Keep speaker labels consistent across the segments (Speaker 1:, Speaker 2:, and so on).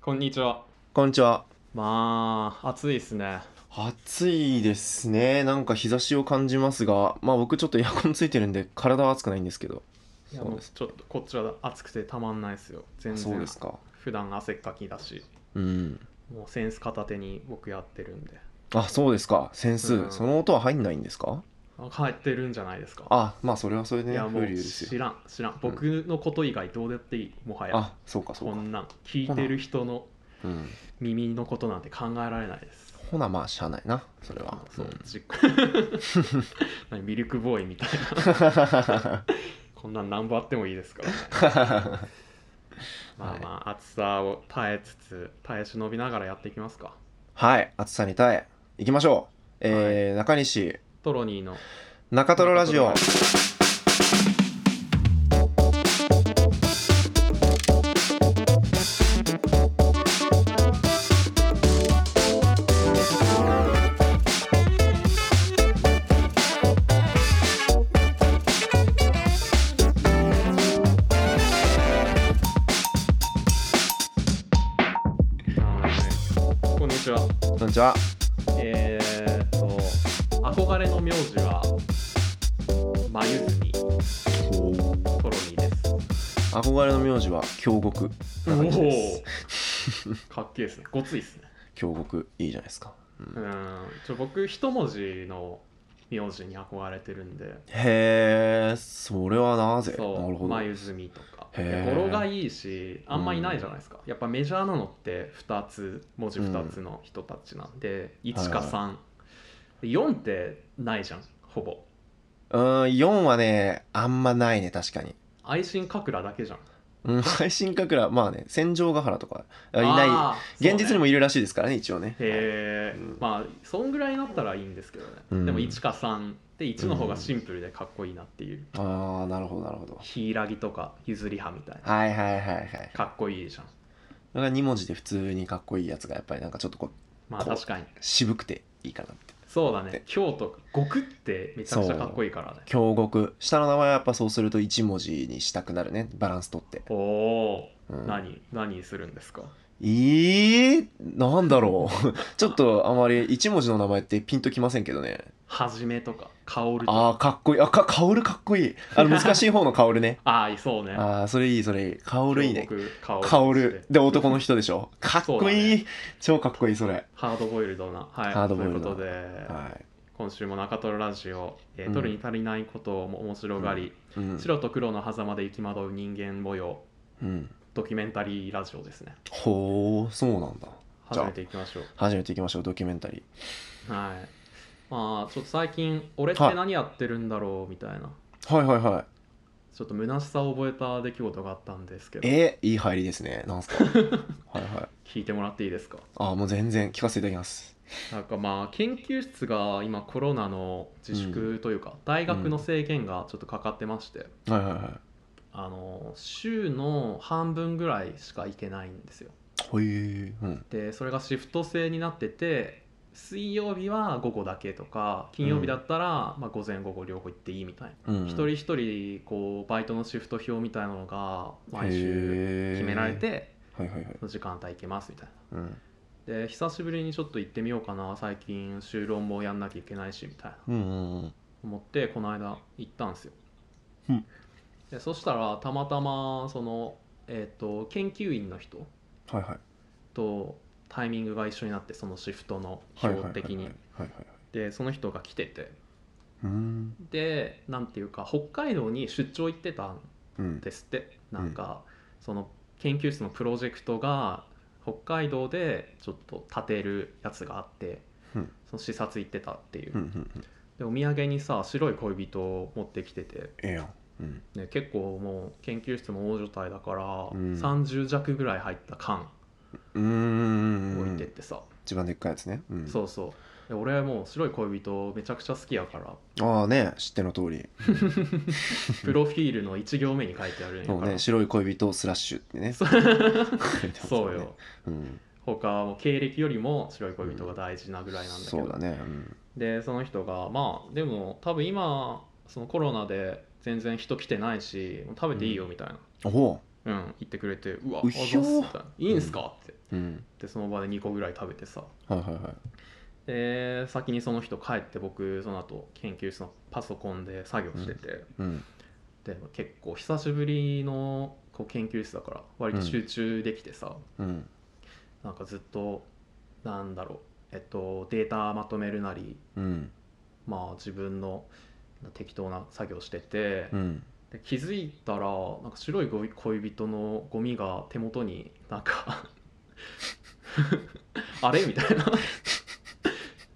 Speaker 1: こんにちは。
Speaker 2: こんにちは。
Speaker 1: まあ、暑いですね。
Speaker 2: 暑いですね。なんか日差しを感じますが、まあ僕ちょっとエアコンついてるんで体は暑くないんですけど。
Speaker 1: いや
Speaker 2: そう
Speaker 1: もう
Speaker 2: です。
Speaker 1: ちょっとこっちは暑くてたまんないですよ。全
Speaker 2: そう
Speaker 1: 然
Speaker 2: ですか。
Speaker 1: 普段汗っかきだし、
Speaker 2: うん。
Speaker 1: もうセンス片手に僕やってるんで。
Speaker 2: あ、そうですか。センス、
Speaker 1: うん
Speaker 2: その音は入んないんですか
Speaker 1: あ帰ってるんじゃないですか。
Speaker 2: あ、まあそれはそれで
Speaker 1: い
Speaker 2: ね、
Speaker 1: やもう
Speaker 2: 風流です
Speaker 1: 知
Speaker 2: よ。
Speaker 1: らん知らん。僕のこと以外どうだっていい。もはや
Speaker 2: あ、そうかそ
Speaker 1: こ
Speaker 2: うか。
Speaker 1: んなん聞いてる人の
Speaker 2: うん。
Speaker 1: 耳のことなんて考えられないです。
Speaker 2: ほなまあしゃあないな、それは
Speaker 1: あ。そう、
Speaker 2: ん
Speaker 1: じ 何ミルクボーイみたいな。こんなん何ぼあってもいいですから、ね。まあまあ、暑さを耐えつつ、耐え忍びながらやっていきますか。
Speaker 2: はい、暑さに耐え、行きましょう。えー中西、
Speaker 1: トロニーの
Speaker 2: 中トロラジオ。
Speaker 1: はいこんにちは。
Speaker 2: こんにちは。
Speaker 1: えーっと、憧れの名字は、まゆずみ、トロニーです。
Speaker 2: 憧れの名字は京極な感じです
Speaker 1: おお、かっけえですね。ごついですね。
Speaker 2: 京極いいじゃないですか、うん
Speaker 1: う
Speaker 2: へ
Speaker 1: ん、ちょ僕、一文字の名字に憧れてるんで、
Speaker 2: えそれはなぜな
Speaker 1: そ
Speaker 2: る
Speaker 1: う、
Speaker 2: ほど
Speaker 1: まゆずみとか。
Speaker 2: へ
Speaker 1: で
Speaker 2: ー
Speaker 1: 語呂がいいし、あんまいないじゃないですか。やっぱメジャーなのって、2つ、文字2つの人たちなんで、1か3、で4ってないじゃん、ほぼ。
Speaker 2: うん4はねあんまないね確かに
Speaker 1: 愛心かくらだけじゃん。
Speaker 2: うん配信かくらまあね戦場ヶ原とかあいな
Speaker 1: あ
Speaker 2: い
Speaker 1: ー
Speaker 2: 現実に
Speaker 1: そう
Speaker 2: も
Speaker 1: ね
Speaker 2: いるらしいですからね一応ね
Speaker 1: へえ、
Speaker 2: うん
Speaker 1: まあそんぐらいになったらいいんですけどね、
Speaker 2: うん
Speaker 1: でも1か3で1の方がシンプルでかっこいいなっていう、
Speaker 2: ああなるほどなるほど
Speaker 1: 柊とか譲り派みたいな
Speaker 2: はいはいはいはい
Speaker 1: かっこいいじゃん
Speaker 2: それが2文字で普通にかっこいいやつがやっぱりなんかちょっとこう
Speaker 1: まあ
Speaker 2: こう
Speaker 1: 確かに
Speaker 2: 渋くていいかなって
Speaker 1: そうだね
Speaker 2: で
Speaker 1: 京都極ってめちゃくちゃかっこいいからね
Speaker 2: 京極下の名前はやっぱそうすると1文字にしたくなるねバランス取って、
Speaker 1: おお
Speaker 2: う
Speaker 1: ー、
Speaker 2: ん、
Speaker 1: 何何するんですか
Speaker 2: ええなんだろう ちょっとあまり一文字の名前ってピンときませんけどね
Speaker 1: はじめとか薫とか
Speaker 2: ああかっこいいあか薫かっこいいあの難しい方の薫ね
Speaker 1: ああそう ね
Speaker 2: ああそれいいそれいい薫いいね
Speaker 1: 京極
Speaker 2: 薫で男の人でしょかっ
Speaker 1: そ
Speaker 2: こ
Speaker 1: うだ
Speaker 2: いい、
Speaker 1: ね
Speaker 2: 超かっこいいそれ
Speaker 1: ハードボイルドなはい
Speaker 2: ハードボイルド
Speaker 1: ということで、
Speaker 2: はい
Speaker 1: 今週も中トロラジオ、えー
Speaker 2: うん
Speaker 1: 取るに足りないことをも面白がり、
Speaker 2: うん、
Speaker 1: 白と黒の狭間で行き惑う人間模様
Speaker 2: うん、
Speaker 1: ドキュメンタリーラジオですね
Speaker 2: ほうそうなんだじ
Speaker 1: 始
Speaker 2: ゃあ
Speaker 1: めていきましょう
Speaker 2: 始めていきましょうドキュメンタリ
Speaker 1: はいまあちょっと最近俺って
Speaker 2: はい
Speaker 1: 何やってるんだろうみたいな、
Speaker 2: ーはいはいはい
Speaker 1: ちょっと虚しさを覚えた出来事があったんですけど
Speaker 2: えー、いい入りですねなんす かはいはい
Speaker 1: 聞いてもらっていいですか
Speaker 2: ああもう全然聞かせていただきます
Speaker 1: なんかまあ研究室が今コロナの自粛というか、大学の制限がちょっとかかってまして、
Speaker 2: はいはいはい
Speaker 1: あの週の半分ぐらいしか行けないんですよ
Speaker 2: ほいうん
Speaker 1: でそれがシフト制になってて水曜日は午後だけとか金曜日だったら、まあ、午前午後両方行っていいみたいな、
Speaker 2: うん
Speaker 1: 一人一人こうバイトのシフト表みたいなのが毎週
Speaker 2: 週
Speaker 1: 決められて
Speaker 2: はいはいはい、
Speaker 1: その時間帯行けますみたい
Speaker 2: うん、
Speaker 1: なで久しぶりにちょっと行ってみようかな最近就論もやんなきゃいけないしみたいな
Speaker 2: うんうんうん
Speaker 1: 思ってこの間行ったんですよ、
Speaker 2: うん
Speaker 1: でそしたらたまたまその、えー、と研究員の人
Speaker 2: はいはい
Speaker 1: とタイミングが一緒になってそのシフトの
Speaker 2: はいはい
Speaker 1: 表的に
Speaker 2: はいはいはいはい
Speaker 1: でその人が来てて
Speaker 2: うん
Speaker 1: でなんていうか北海道に出張行ってたん
Speaker 2: うん
Speaker 1: ですってなんか、その研究室のプロジェクトが北海道でちょっと建てるやつがあって、
Speaker 2: うん
Speaker 1: その視察行ってたっていう、
Speaker 2: うんうんうん
Speaker 1: でお土産にさ白い恋人を持ってきてて、
Speaker 2: ええやんうん
Speaker 1: ね、結構もう研究室も大所帯だから、
Speaker 2: うん
Speaker 1: 30弱ぐらい入った缶
Speaker 2: うーん
Speaker 1: 置いてってさ、
Speaker 2: 一番でっかいやつね、うん、
Speaker 1: そうそうで俺はもう白い恋人めちゃくちゃ好きやから
Speaker 2: ああね知っての通り
Speaker 1: プロフィールの1行目に書いてあるんや
Speaker 2: そ
Speaker 1: か
Speaker 2: う
Speaker 1: ら
Speaker 2: ね白い恋人スラッシュってね
Speaker 1: そう
Speaker 2: 書いてますね
Speaker 1: そうよ
Speaker 2: うん
Speaker 1: 他はもう経歴よりも白い恋人が大事なぐらいなんだけど、
Speaker 2: そうだねうん
Speaker 1: でその人がまあでも多分今そのコロナで全然人来てないし食べていいよみたいな、
Speaker 2: おお
Speaker 1: うん、言ってくれて「うわ
Speaker 2: うひょー
Speaker 1: あざっすみたいないいんすか?」って
Speaker 2: うん
Speaker 1: でその場で2個ぐらい食べてさ
Speaker 2: はいはいはい
Speaker 1: で先にその人帰って僕その後研究室のパソコンで作業してて、
Speaker 2: うん
Speaker 1: で結構久しぶりのこう研究室だから割と集中できてさ、
Speaker 2: うん
Speaker 1: なんかずっとなんだろうえっとデータまとめるなり
Speaker 2: うん
Speaker 1: まあ自分の適当な作業してて、
Speaker 2: うん
Speaker 1: で気づいたらなんか白いゴミ恋人のゴミが手元になん かあれみたいな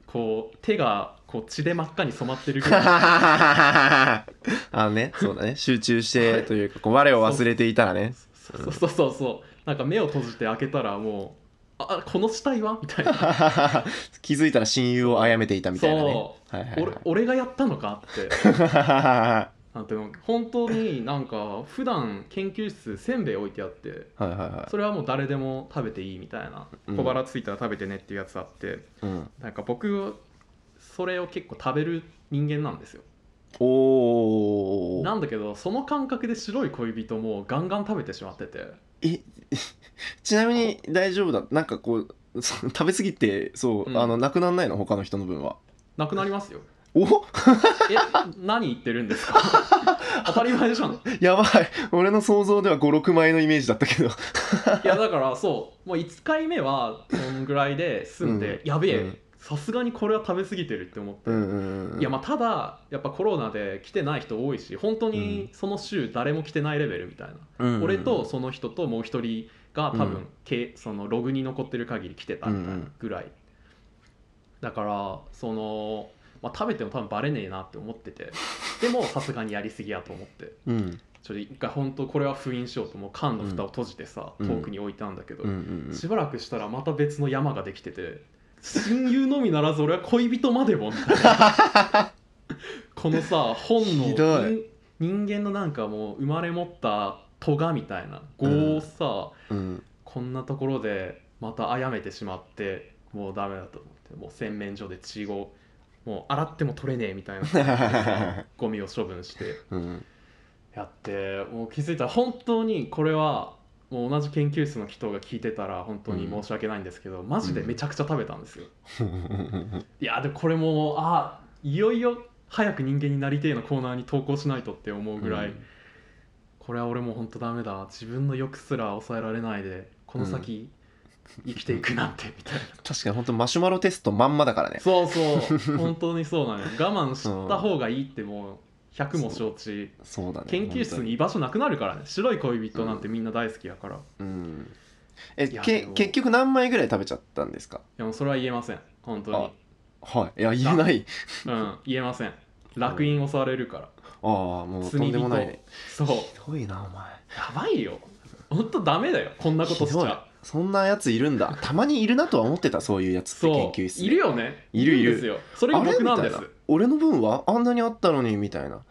Speaker 1: こう手がこう血で真っ赤に染まってるぐらい
Speaker 2: あのね、そうだね、集中してというか、こう我を忘れていたらね。
Speaker 1: そうそうそうそうなんか目を閉じて開けたらもうあこの死体はみたいな
Speaker 2: 気づいたら親友を殺めていた みたいなね。
Speaker 1: そ
Speaker 2: はいはい
Speaker 1: 俺俺がやったのかって
Speaker 2: は
Speaker 1: なんていうの本当になんか普段研究室せんべい置いてあって
Speaker 2: い。はいはいは
Speaker 1: それはもう誰でも食べていいみたいな
Speaker 2: うん
Speaker 1: 小腹ついたら食べてねっていうやつあって、
Speaker 2: い。うん、
Speaker 1: なんか僕それを結構食べる人間なんですよ
Speaker 2: お
Speaker 1: な
Speaker 2: ー
Speaker 1: んだけどその感覚で白い恋人もガンガン食べてしまってて
Speaker 2: えちなみに大丈夫だ。なんかこう、 そう食べ過ぎて、そう、
Speaker 1: うん
Speaker 2: あの、なくなんないの、他の人の分は。
Speaker 1: なくなります よ
Speaker 2: お
Speaker 1: え何言ってるんです か当たり前じゃんい
Speaker 2: やばい。俺の想像では5、6枚のイメージだったけど。
Speaker 1: やだからそうもう5回目はそんぐらいで済んで、
Speaker 2: うん
Speaker 1: やべ
Speaker 2: う
Speaker 1: え
Speaker 2: ん
Speaker 1: さすがにこれは食べ過ぎてるって思って、
Speaker 2: うんうんうん。
Speaker 1: いやまあただやっぱコロナで来てない人多いし本当にその週誰も来てないレベルみたいな、
Speaker 2: うんうんうん
Speaker 1: 俺とその人ともう一人が多分、
Speaker 2: うん
Speaker 1: けそのログに残ってる限り来てたみたいなぐらい、だからその、まあ、食べても多分バレねえなって思っててでもさすがにやりすぎやと思って
Speaker 2: うん
Speaker 1: ちょっと一回本当これは封印しようともう缶の蓋を閉じてさ、
Speaker 2: うん
Speaker 1: 遠くに置いたんだけど、
Speaker 2: うんうん
Speaker 1: しばらくしたらまた別の山ができてて親友のみならず俺は恋人までもみたい なこのさ本
Speaker 2: ひど
Speaker 1: の
Speaker 2: い
Speaker 1: 人間のなんかもう生まれ持った咎みたいな業をさ、
Speaker 2: うん。うん
Speaker 1: こんなところでまた殺めてしまってもうダメだと思ってもう洗面所で血をもう洗っても取れねえみたい なゴミを処分して
Speaker 2: うん
Speaker 1: やってもう気づいたら本当にこれはもう同じ研究室の人が聞いてたら本当に申し訳ないんですけど、マジでめちゃくちゃ食べたんですよ、いやでもこれもあいよいよ早く人間になりてえのコーナーに投稿しないとって思うぐらい、
Speaker 2: うん
Speaker 1: これは俺も本当ダメだ自分の欲すら抑えられないでこの先生きていくなんてみたいな、
Speaker 2: 確かに本当マシュマロテストまんまだからね
Speaker 1: そうそう 本当にそうなのよ我慢した方がいいってもう100も承知
Speaker 2: そうだね
Speaker 1: 研究室に居場所なくなるからね白い恋人なんてみんな大好きやから、
Speaker 2: うんえ
Speaker 1: いや
Speaker 2: け
Speaker 1: でも
Speaker 2: 結局何枚ぐらい食べちゃったんですか
Speaker 1: でもそれは言えません本当に
Speaker 2: はいいや言えない
Speaker 1: うん言えません楽園襲われるから
Speaker 2: ああもうと
Speaker 1: 罪
Speaker 2: んで
Speaker 1: 人
Speaker 2: もないね
Speaker 1: そう
Speaker 2: ひどいなお前
Speaker 1: やばいよ本当ダメだよこんなことし
Speaker 2: ひ
Speaker 1: ち
Speaker 2: どい
Speaker 1: ゃ
Speaker 2: そんなやついるんだたまにいるなとは思ってたそういうやつって研
Speaker 1: そう
Speaker 2: 究室
Speaker 1: いるよね
Speaker 2: いるいる
Speaker 1: んですよそれが
Speaker 2: あれ
Speaker 1: 僕
Speaker 2: み
Speaker 1: なん
Speaker 2: た
Speaker 1: で
Speaker 2: い
Speaker 1: す
Speaker 2: な俺の分はあんなにあったのにみたいな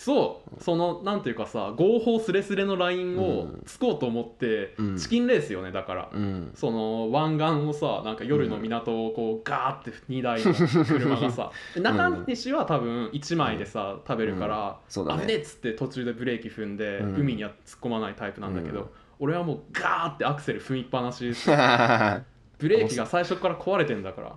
Speaker 1: そうそのなんていうかさ合法スレスレのラインを
Speaker 2: うん
Speaker 1: つこうと思って、
Speaker 2: うん
Speaker 1: チキンレースよねだから、
Speaker 2: うん
Speaker 1: その湾岸をさなんか夜の港をこうガーって2台の車がさ中西は多分1枚でさ食べるから、
Speaker 2: そうだ
Speaker 1: 危ねえ
Speaker 2: ね
Speaker 1: っつって途中でブレーキ踏んで、
Speaker 2: うん
Speaker 1: 海には突っ込まないタイプなんだけど、
Speaker 2: うん
Speaker 1: 俺はもうガーってアクセル踏みっぱなしです
Speaker 2: う
Speaker 1: ブレーキが最初から壊れてんだ か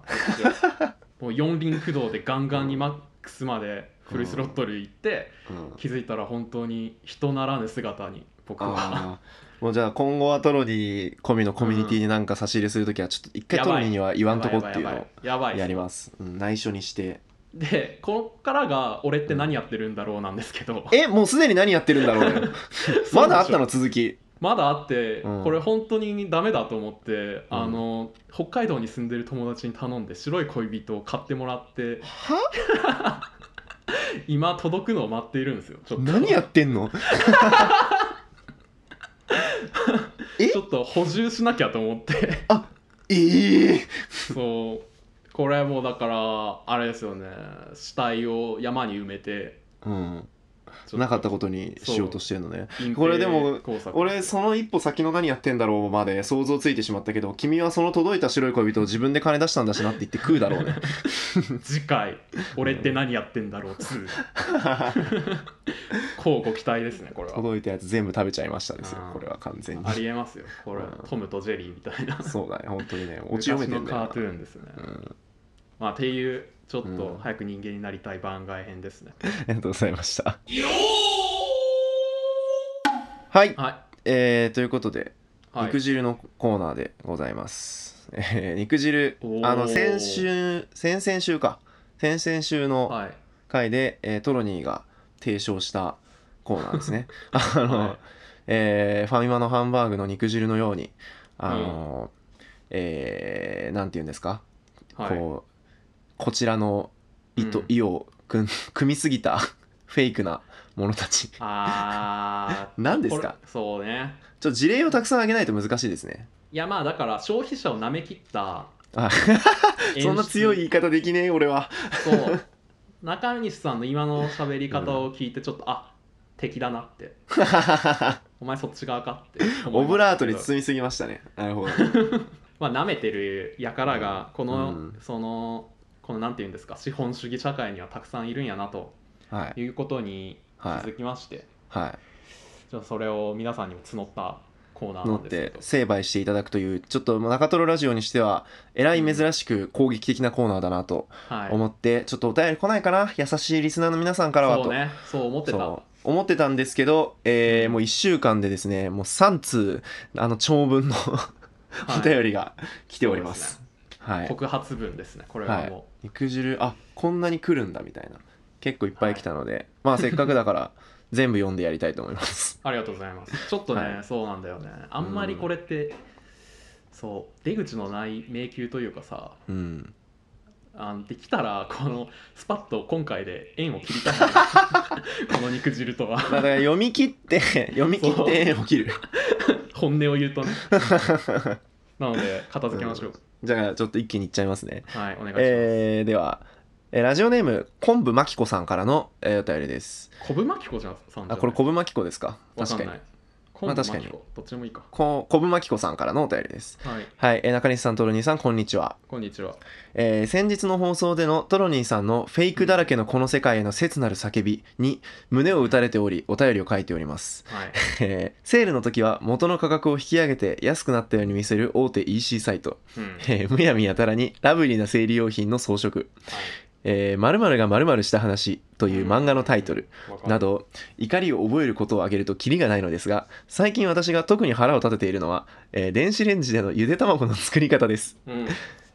Speaker 1: らもう四輪駆動でガンガンにマックスまでフルスロットル行って、
Speaker 2: ん
Speaker 1: 気づいたら本当に人ならぬ姿に僕は
Speaker 2: ああもうじゃあ今後はトロニー込みのコミュニティになんか差し入れするときはちょっと一回
Speaker 1: や
Speaker 2: ト
Speaker 1: ばい
Speaker 2: ロニーには言わんとこって
Speaker 1: や
Speaker 2: いう
Speaker 1: ば
Speaker 2: の
Speaker 1: い
Speaker 2: を
Speaker 1: やばいや
Speaker 2: や
Speaker 1: ばい
Speaker 2: ります、うん、内緒にして
Speaker 1: でこっからが俺って何やってるんだろうなんですけど、
Speaker 2: えもうすでに何やってるんだろうねまだあったの続き
Speaker 1: まだあって、
Speaker 2: うん
Speaker 1: これ本当にダメだと思って、あの北海道に住んでる友達に頼んで白い恋人を買ってもらって
Speaker 2: は
Speaker 1: 今届くのを待っているんですよちょっと
Speaker 2: 何やってんの
Speaker 1: ちょっと補充しなきゃと思って
Speaker 2: ええ
Speaker 1: そうこれもうだからあれですよね死体を山に埋めて
Speaker 2: うん
Speaker 1: ちょ
Speaker 2: なかったことにしようとしてるのね
Speaker 1: 隠蔽
Speaker 2: これでも
Speaker 1: 工作
Speaker 2: 俺その一歩先の何やってんだろうまで想像ついてしまったけど君はその届いた白い恋人を自分で金出したんだしなって言って食うだろう ね
Speaker 1: 次回俺って何やってんだろう2こうご期待ですねこれは
Speaker 2: 届いたやつ全部食べちゃいましたですよこれは完全に
Speaker 1: ありえますよこれ
Speaker 2: うん
Speaker 1: トムとジェリーみたいな
Speaker 2: そうだね本当に ね 落ち
Speaker 1: 昔
Speaker 2: 読めて
Speaker 1: の
Speaker 2: んだ
Speaker 1: カ
Speaker 2: よ
Speaker 1: ートゥーンですね
Speaker 2: なうん
Speaker 1: まあっていうちょっ
Speaker 2: うん
Speaker 1: と早く人間になりたい番外編ですね
Speaker 2: ありがとうございましたはい
Speaker 1: は
Speaker 2: えーということで
Speaker 1: いはい
Speaker 2: 肉汁のコーナーでございます、 えー肉汁
Speaker 1: おー
Speaker 2: あの先週先々週か先々週の
Speaker 1: はい
Speaker 2: 回で、えートロニーが提唱したコーナーで すねあの、
Speaker 1: はい
Speaker 2: えーファミマのハンバーグの肉汁のようにあの、えーなんて言うんですか、
Speaker 1: はい
Speaker 2: こうこちらの意と、
Speaker 1: うん
Speaker 2: 意を組ん 組みすぎたフェイクなものたちちょ
Speaker 1: あー
Speaker 2: 何ですか
Speaker 1: これそうね
Speaker 2: っと事例をたくさん挙げないと難しいですね
Speaker 1: いやまあだから消費者をなめきった
Speaker 2: あ
Speaker 1: 演出
Speaker 2: そんな強い言い方できねえ俺は
Speaker 1: そう中西さんの今の喋り方を聞いてちょっと、あ敵だなってお前そっち側かって思いまし
Speaker 2: オ
Speaker 1: たけど
Speaker 2: ブラートに包みすぎましたね。なるほど。
Speaker 1: まあ舐めてる輩がこの、
Speaker 2: うん
Speaker 1: そのこのなんていうんですか資本主義社会にはたくさんいるんやなと
Speaker 2: はい。
Speaker 1: いうことに気
Speaker 2: は
Speaker 1: づきまして、
Speaker 2: は
Speaker 1: じゃあそれを皆さんにも募ったコーナ
Speaker 2: い。
Speaker 1: ー
Speaker 2: 乗
Speaker 1: な
Speaker 2: っ
Speaker 1: んですけ
Speaker 2: て
Speaker 1: ど
Speaker 2: 成敗していただくという、ちょっと中トロラジオにしては、えらい珍しく攻撃的なコーナーだなと
Speaker 1: はい
Speaker 2: 思って、ちょっとお便り来ないかな優しいリスナーの皆さんからはと。
Speaker 1: そうねそう思ってた
Speaker 2: そう思ってたんですけど、えーもう1週間でですね、もう3通、あの、長文の
Speaker 1: はい
Speaker 2: お便りが来ております。はい。
Speaker 1: 告発文ですねこれはも
Speaker 2: 肉汁、あこんなに来るんだみたいな。結構いっぱい来たので、まあせっかくだから、全部読んでやりたいと思います。
Speaker 1: う、ありがとうございますちょっとね、
Speaker 2: は
Speaker 1: そうなんだよねあんまりこれって、そう出口のない迷宮というかさ
Speaker 2: うん。
Speaker 1: あのできたらこのスパッと今回で縁を切りたい この肉汁とは
Speaker 2: まあだから読み切って 読み切って縁を切る
Speaker 1: 本音を言うとね なので片付けましょう、
Speaker 2: じゃあちょっと一気にいっちゃいますね
Speaker 1: はいお願いします、
Speaker 2: えー、では、えーラジオネーム昆布巻子さんからの、えーお便りです
Speaker 1: 昆布巻子じゃんさんじゃ
Speaker 2: あこれ
Speaker 1: 昆
Speaker 2: 昆布巻子ですか確かに
Speaker 1: 昆布
Speaker 2: まあ確か
Speaker 1: 巻
Speaker 2: に
Speaker 1: 子どっちでもいいか
Speaker 2: こ昆布巻子さんからのお便りです
Speaker 1: はい
Speaker 2: はい、えー中西さんトロニーさんこんにちは
Speaker 1: こんにちは
Speaker 2: えー先日の放送でのトロニーさんの「フェイクだらけのこの世界への切なる叫び」に胸を打たれておりお便りを書いております
Speaker 1: はい
Speaker 2: えーセールの時は元の価格を引き上げて安くなったように見せる大手 EC サイト、
Speaker 1: うんはい
Speaker 2: えーむやみやたらにラブリーな生理用品の装飾「えー〇〇が〇〇した話」という漫画のタイトル
Speaker 1: わかる
Speaker 2: など怒りを覚えることを挙げるとキリがないのですが最近私が特に腹を立てているのは、えー電子レンジでのゆで卵の作り方です
Speaker 1: うん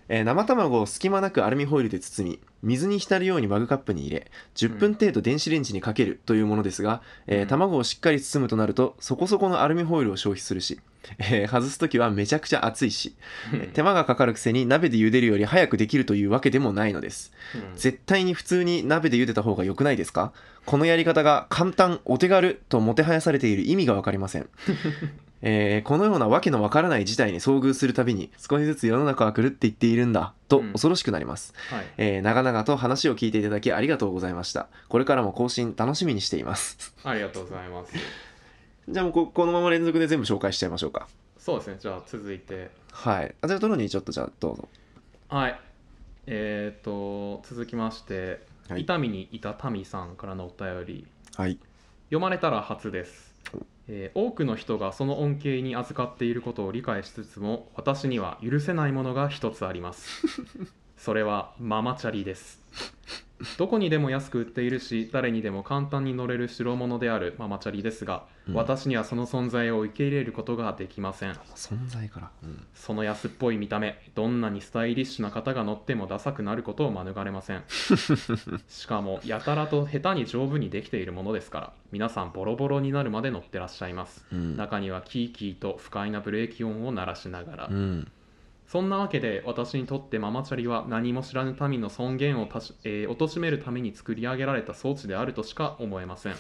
Speaker 2: えー生卵を隙間なくアルミホイルで包み水に浸るようにマグカップに入れ10分程度電子レンジにかけるというものですが、えー
Speaker 1: うん
Speaker 2: 卵をしっかり包むとなるとそこそこのアルミホイルを消費するし、えー外す時はめちゃくちゃ熱いし、えー 手間がかかるくせに鍋で茹でるより早くできるというわけでもないのです
Speaker 1: うん
Speaker 2: 絶対に普通に鍋で茹でた方が良くないですかこのやり方が簡単お手軽ともてはやされている意味が分かりません えーこのようなわけのわからない事態に遭遇するたびに少しずつ世の中は狂っていっているんだと
Speaker 1: うん
Speaker 2: 恐ろしくなります、
Speaker 1: はい
Speaker 2: えー長々と話を聞いていただきありがとうございましたこれからも更新楽しみにしています
Speaker 1: ありがとうございます
Speaker 2: じゃあもうここのまま連続で全部紹介しちゃいましょうか
Speaker 1: そうですねじゃあ続いて
Speaker 2: はいあじゃあトロニーちょっとじゃあどうぞ
Speaker 1: はいえっ、と続きまして、
Speaker 2: はい
Speaker 1: 痛みにいた民さんからのお便り
Speaker 2: はい
Speaker 1: 読まれたら初です、えー多くの人がその恩恵に預かっていることを理解しつつも私には許せないものが一つありますそれはママチャリですどこにでも安く売っているし誰にでも簡単に乗れる代物であるママチャリですが、
Speaker 2: うん
Speaker 1: 私にはその存在を受け入れることができません
Speaker 2: 存在から、うん
Speaker 1: その安っぽい見た目どんなにスタイリッシュな方が乗ってもダサくなることを免れませ んしかもやたらと下手に丈夫にできているものですから皆さんボロボロになるまで乗ってらっしゃいます
Speaker 2: うん
Speaker 1: 中にはキーキーと不快なブレーキ音を鳴らしながら、
Speaker 2: うん
Speaker 1: そんなわけで私にとってママチャリは何も知らぬ民の尊厳をたし、えー貶めるために作り上げられた装置であるとしか思えま せん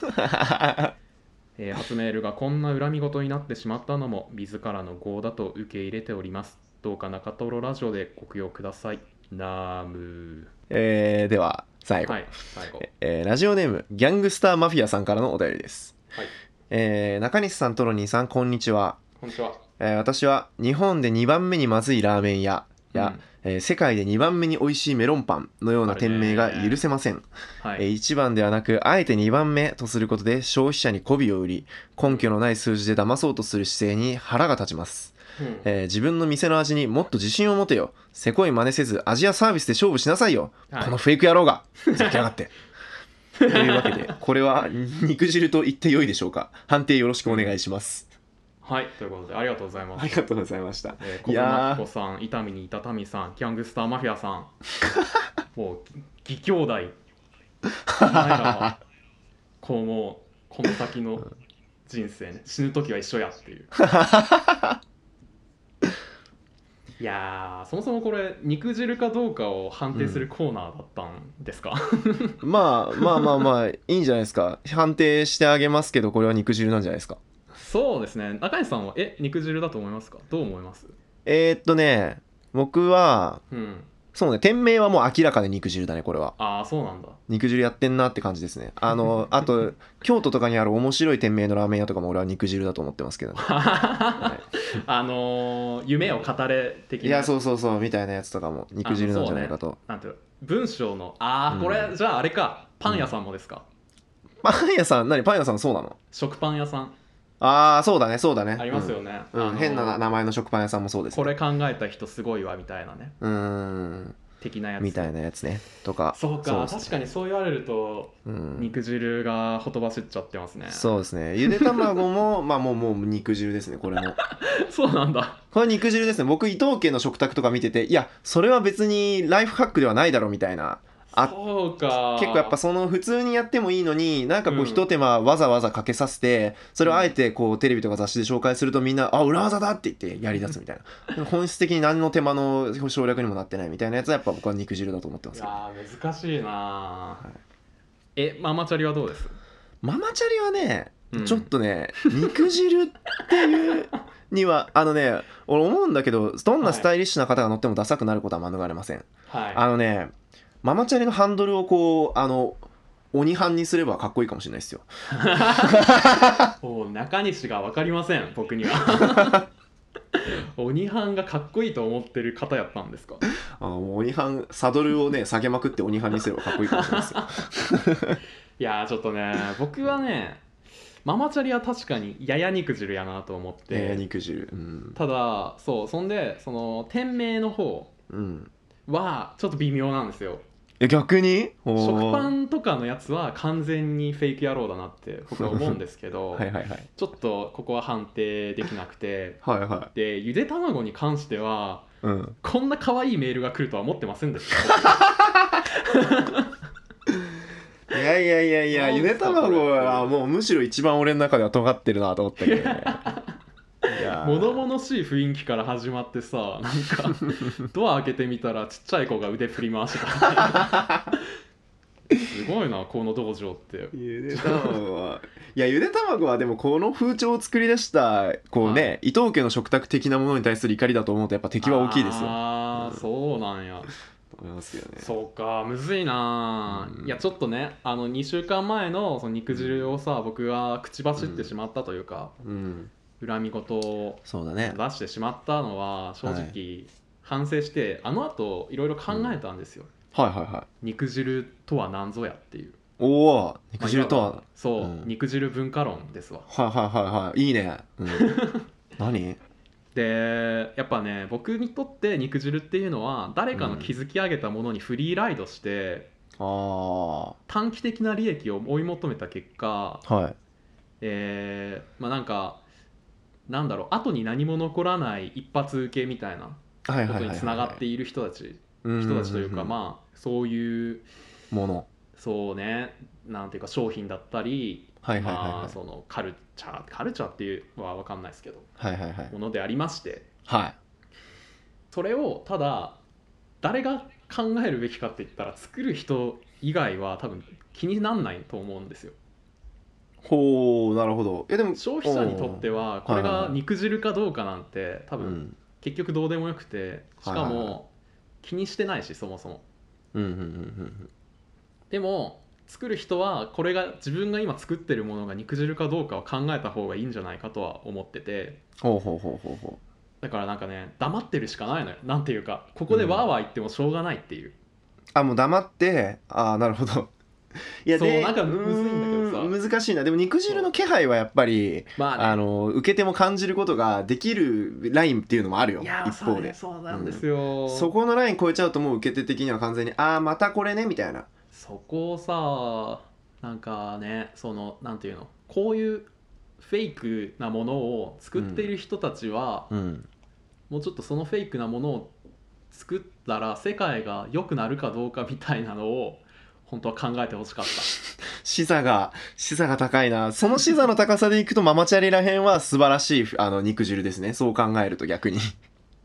Speaker 1: えー初メールがこんな恨み事になってしまったのも自らの業だと受け入れておりますどうか中トロラジオでご供養くださいナーム
Speaker 2: えーでは最後、
Speaker 1: はい最後
Speaker 2: えーラジオネームギャングスターマフィアさんからのお便りです、
Speaker 1: はい
Speaker 2: えー中西さんとロニーさんこんにちは、
Speaker 1: こんにちは
Speaker 2: えー私は日本で2番目にまずいラーメン屋や、えー世界で2番目に美味しいメロンパンのような店名が許せません、
Speaker 1: うんは
Speaker 2: えー
Speaker 1: い
Speaker 2: 1番ではなくあえて2番目とすることで消費者に媚びを売り根拠のない数字で騙そうとする姿勢に腹が立ちます、
Speaker 1: うん
Speaker 2: えー自分の店の味にもっと自信を持てよせこい真似せず味やサービスで勝負しなさいよ、
Speaker 1: はい
Speaker 2: このフェイク野郎がざけやがってというわけでこれは肉汁と言ってよいでしょうか判定よろしくお願いします
Speaker 1: はいということでありがとうございます
Speaker 2: ありがとうございました
Speaker 1: えー、
Speaker 2: い
Speaker 1: 小
Speaker 2: やー
Speaker 1: 島紀子さん、伊丹にいたたみさん、ギャングスターマフィアさ ん、もう、義兄弟、お前らは、こうもう、この先の人生ね、死ぬ時は一緒やって いう。いやー、そもそもこれ、肉汁かどうかを判定するコーナーだったんですか、
Speaker 2: まあまあまあまあいいんじゃないですか判定してあげますけどこれは肉汁なんじゃないですか
Speaker 1: そうですね、中西さんは、え、肉汁だと思いますかどう思います
Speaker 2: えー、っとね僕は
Speaker 1: うん。
Speaker 2: そうね店名はもう明らかで肉汁だねこれは
Speaker 1: ああ、そうなん だ。
Speaker 2: 肉汁やってんなって感じですねあのあと京都とかにある面白い店名のラーメン屋とかも俺は肉汁だと思ってますけど、 は
Speaker 1: あのー夢を語れ的
Speaker 2: い、
Speaker 1: な。
Speaker 2: いやそうそうそうみたいなやつとかも肉汁なんじゃないかと、
Speaker 1: なんていうの文章のあ
Speaker 2: う
Speaker 1: あ
Speaker 2: ん
Speaker 1: これ、じゃああれかパン屋さんもですか、
Speaker 2: パン屋さん何パン屋さんそうなの
Speaker 1: 食パン屋さん
Speaker 2: ああそうだねそうだね
Speaker 1: ありますよね、
Speaker 2: うん、うん
Speaker 1: あの
Speaker 2: 変な名前の食パン屋さんもそうです、ね、
Speaker 1: これ考えた人すごいわみたいなね
Speaker 2: うーん
Speaker 1: 的なやつ
Speaker 2: みたいなやつねとか
Speaker 1: そうか
Speaker 2: ですね
Speaker 1: 確かにそう言われると
Speaker 2: うん
Speaker 1: 肉汁がほとばしっちゃってますね、
Speaker 2: そうですねゆで卵も まあもうもう肉汁ですねこれも
Speaker 1: そうなんだ
Speaker 2: これ肉汁ですね僕伊藤家の食卓とか見てていやそれは別にライフハックではないだろうみたいなあ
Speaker 1: そうか
Speaker 2: 結構やっぱその普通にやってもいいのになんかこ
Speaker 1: う
Speaker 2: うんひと手間わざわざかけさせてそれをあえてこうテレビとか雑誌で紹介するとみんなあ裏技だって言ってやりだすみたいなでも本質的に何の手間の省略にもなってないみたいなやつはやっぱ僕は肉汁だと思ってま
Speaker 1: い
Speaker 2: す
Speaker 1: や
Speaker 2: よ
Speaker 1: ー難しいなー、
Speaker 2: はい
Speaker 1: えママチャリはどうです、
Speaker 2: ママチャリはね
Speaker 1: うん
Speaker 2: ちょっとね、肉汁っていうには あのね俺思うんだけどどんなスタイリッシュな方が乗ってもダサくなることは免れません、
Speaker 1: はい
Speaker 2: あのねママチャリのハンドルをこうあの鬼ハンにすればかっこいいかもしれないですよ
Speaker 1: おう中西が分かりません僕には 鬼ハンがかっこいいと思ってる方やったんですか
Speaker 2: あのもう鬼ハンサドルをね下げまくって鬼ハンにすればかっこいいかもし れないですよ
Speaker 1: いやーちょっとね僕はねママチャリは確かにやや肉汁やなと思って、
Speaker 2: えー肉汁うん、
Speaker 1: ただそうそんでその店名の方
Speaker 2: うん、
Speaker 1: はちょっと微妙なんですよ
Speaker 2: え逆に
Speaker 1: 食パ
Speaker 2: ン
Speaker 1: ンとかのやつは完全にフェイク野郎だなって僕は思うんですけど、
Speaker 2: はいはいはい
Speaker 1: ちょっとここは判定できなくて
Speaker 2: はいは
Speaker 1: でゆで卵に関してはい
Speaker 2: うん
Speaker 1: こんな可愛いメールが来るとは思ってませんでした
Speaker 2: いやいやいやいや
Speaker 1: そう
Speaker 2: ゆで卵はもうむしろ一番俺の中では尖ってるなと思っ たけどねいやー
Speaker 1: 物々しい雰囲気から始まってさなんか ドア開けてみたらちっちゃい子が腕振り回してたすごいなこの道場って
Speaker 2: ゆで卵はいやゆで卵はでもこの風潮を作り出したこうね、
Speaker 1: は
Speaker 2: 伊藤家の食卓的なものに対する怒りだと思うとやっぱ敵は大きいですよ
Speaker 1: ああ、
Speaker 2: うん
Speaker 1: そうなんや
Speaker 2: 思いますよね
Speaker 1: そうかむずいな、
Speaker 2: うん
Speaker 1: いやちょっとねあの2週間前のその肉汁をさ僕が口走ってしまったというか、
Speaker 2: うん
Speaker 1: 恨み事を
Speaker 2: そうだね
Speaker 1: 出してしまったのは正直、
Speaker 2: は
Speaker 1: 反省してあのあといろいろ考えたんですよ、
Speaker 2: はいはいはい
Speaker 1: 肉汁とは何ぞやっていう
Speaker 2: おお肉汁とは、
Speaker 1: まあいわばそう、
Speaker 2: うん
Speaker 1: 肉汁文化論ですわ
Speaker 2: はいはいはいはいいいね、うん 何
Speaker 1: でやっぱね僕にとって肉汁っていうのは誰かの築き上げたものにフリーライドして、
Speaker 2: ああは
Speaker 1: 短期的な利益を追い求めた結果
Speaker 2: い
Speaker 1: えーまあなんかなんだろう後に何も残らない一発受けみたいな
Speaker 2: はいはい
Speaker 1: こ
Speaker 2: は
Speaker 1: と
Speaker 2: い
Speaker 1: に
Speaker 2: はい
Speaker 1: つながっている人たち
Speaker 2: 人
Speaker 1: 人たちというかまあそういう
Speaker 2: あもの
Speaker 1: そうねなんていうか商品だったり
Speaker 2: はいはいはい
Speaker 1: ま
Speaker 2: は
Speaker 1: あそのカルチャーカルチャーっていうのは分かんないですけど
Speaker 2: いはいはいはい
Speaker 1: ものでありまして
Speaker 2: はい
Speaker 1: それをただ誰が考えるべきかって言ったら作る人以外は多分気になんないと思うんですよ
Speaker 2: ほうなるほどいやでも
Speaker 1: 消費者にとっては
Speaker 2: おー
Speaker 1: これ
Speaker 2: はいはいは
Speaker 1: が
Speaker 2: い
Speaker 1: 肉汁かどうかなんて多
Speaker 2: う
Speaker 1: 分
Speaker 2: ん
Speaker 1: 結局どうでもよくてしか
Speaker 2: はいはいは
Speaker 1: も気にしてないしそもそも
Speaker 2: うんうんうんうん
Speaker 1: でも作る人はこれが自分が今作ってるものが肉汁かどうかを考えた方がいいんじゃないかとは思ってて
Speaker 2: ほうほうほうほうほう
Speaker 1: だからなんかね黙ってるしかないのよなんていうかここでわーわー言ってもしょうがないっていう、
Speaker 2: あもう黙ってああなるほどいや
Speaker 1: そう
Speaker 2: で
Speaker 1: なんかむずいんだけどさ
Speaker 2: うーん難しいなでも肉汁の気配はやっぱり
Speaker 1: まあ
Speaker 2: あの受け手も感じることができるラインっていうのもあるよ
Speaker 1: ねいやー
Speaker 2: 一方で
Speaker 1: そうねそうなんですよ、
Speaker 2: そこのライン超えちゃうともう受け手的には完全にああまたこれねみたいな
Speaker 1: そこをさなんかねそのなんていうのこういうフェイクなものを作っている人たちは、
Speaker 2: うん
Speaker 1: もうちょっとそのフェイクなものを作ったら世界が良くなるかどうかみたいなのを本当は考えてほしか った
Speaker 2: 視座が視座が高いなその視座の高さでいくとママチャリらへんは素晴らしいあの肉汁ですねそう考えると逆に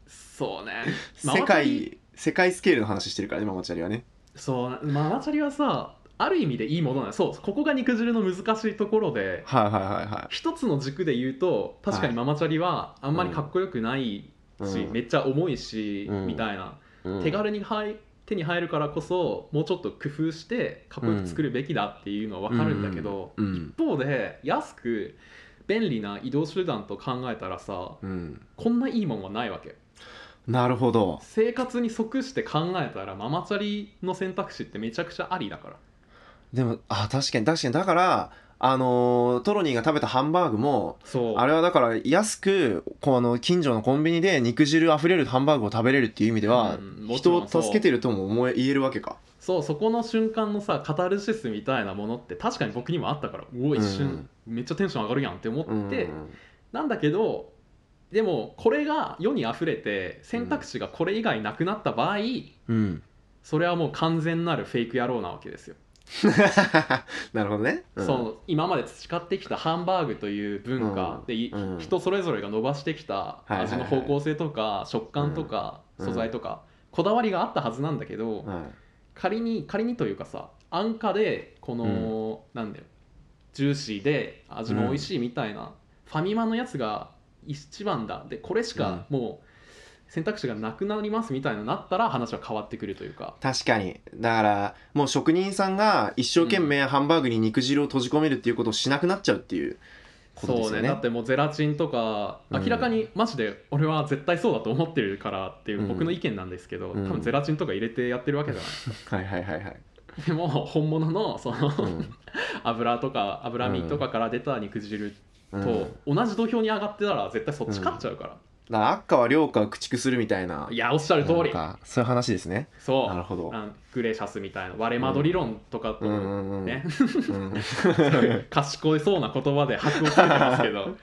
Speaker 1: そうねママチ
Speaker 2: 世
Speaker 1: ャリ
Speaker 2: 界世界スケールの話してるからねママチャリはね
Speaker 1: そうママチャリはさある意味でいいものなのそうここが肉汁の難しいところで
Speaker 2: はいはいはいは
Speaker 1: 一つの軸で言うと確かにママチャリはあんまりかっこよくないし、
Speaker 2: い、うん
Speaker 1: めっちゃ重いし、
Speaker 2: うん
Speaker 1: みたいな
Speaker 2: うん
Speaker 1: 手軽に入手に入るからこそもうちょっと工夫してかっこよく作るべきだっていうのは分かるんだけど、
Speaker 2: うんうん
Speaker 1: 一方で安く便利な移動手段と考えたらさ
Speaker 2: うん、
Speaker 1: こんないいもんはないわけ
Speaker 2: なるほど
Speaker 1: 生活に即して考えたらママチャリの選択肢ってめちゃくちゃありだから
Speaker 2: でもあ確かに確かにだからあのートロニーが食べたハンバーグも
Speaker 1: そう
Speaker 2: あれはだから安くこうあの近所のコンビニで肉汁あふれるハンバーグを食べれるっていう意味では、
Speaker 1: うんもち
Speaker 2: 人
Speaker 1: ろん
Speaker 2: を助けてるとも思え言えるわけか
Speaker 1: そうそこの瞬間のさカタルシスみたいなものって確かに僕にもあったからうお一瞬、めっちゃテンション上がるやんって思って、
Speaker 2: うん
Speaker 1: なんだけどでもこれが世にあふれて選択肢がこれ以外なくなった場合、
Speaker 2: うん、
Speaker 1: それはもう完全なるフェイク野郎なわけですよ、
Speaker 2: なるほどね、うん
Speaker 1: その今まで培ってきたハンバーグという文化で、い
Speaker 2: うん
Speaker 1: 人それぞれが伸ばしてきた
Speaker 2: いはいはい
Speaker 1: 味の方向性とか食感とか
Speaker 2: うん
Speaker 1: 素材とかこだわりがあったはずなんだけど
Speaker 2: はい
Speaker 1: 仮に仮にというかさ安価でこのなんだよジューシーで味も美味しいみたいなファミマのやつが一番だでこれしかもう選択肢がなくなりますみたいななったら話は変わってくるというか
Speaker 2: 確かにだからもう職人さんが一生懸命ハンバーグに肉汁を閉じ込めるっていうことをしなくなっちゃうっていうことで
Speaker 1: そ
Speaker 2: す
Speaker 1: う
Speaker 2: よ
Speaker 1: ね
Speaker 2: ね
Speaker 1: だってもうゼラチンとか
Speaker 2: うん
Speaker 1: 明らかにマジで俺は絶対そうだと思ってるからっていう僕の意見なんですけど多
Speaker 2: うん
Speaker 1: 分ゼラチンとか入れてやってるわけじゃないですか
Speaker 2: はいはいはいはい、
Speaker 1: でも本物のその
Speaker 2: うん
Speaker 1: 油とか脂身とかから出た肉汁
Speaker 2: うん
Speaker 1: と同じ土俵に上がってたら絶対そっち勝っちゃうから、
Speaker 2: だから悪化は良化を駆逐するみたいない
Speaker 1: やおっしゃる通
Speaker 2: なん
Speaker 1: り
Speaker 2: かそういう話ですね
Speaker 1: そう
Speaker 2: なるほど
Speaker 1: あのグレシャスみたいな割れ窓理論とかと、
Speaker 2: うんうんうん
Speaker 1: ね
Speaker 2: うん
Speaker 1: 賢いそうな言葉で箔をつけてますけど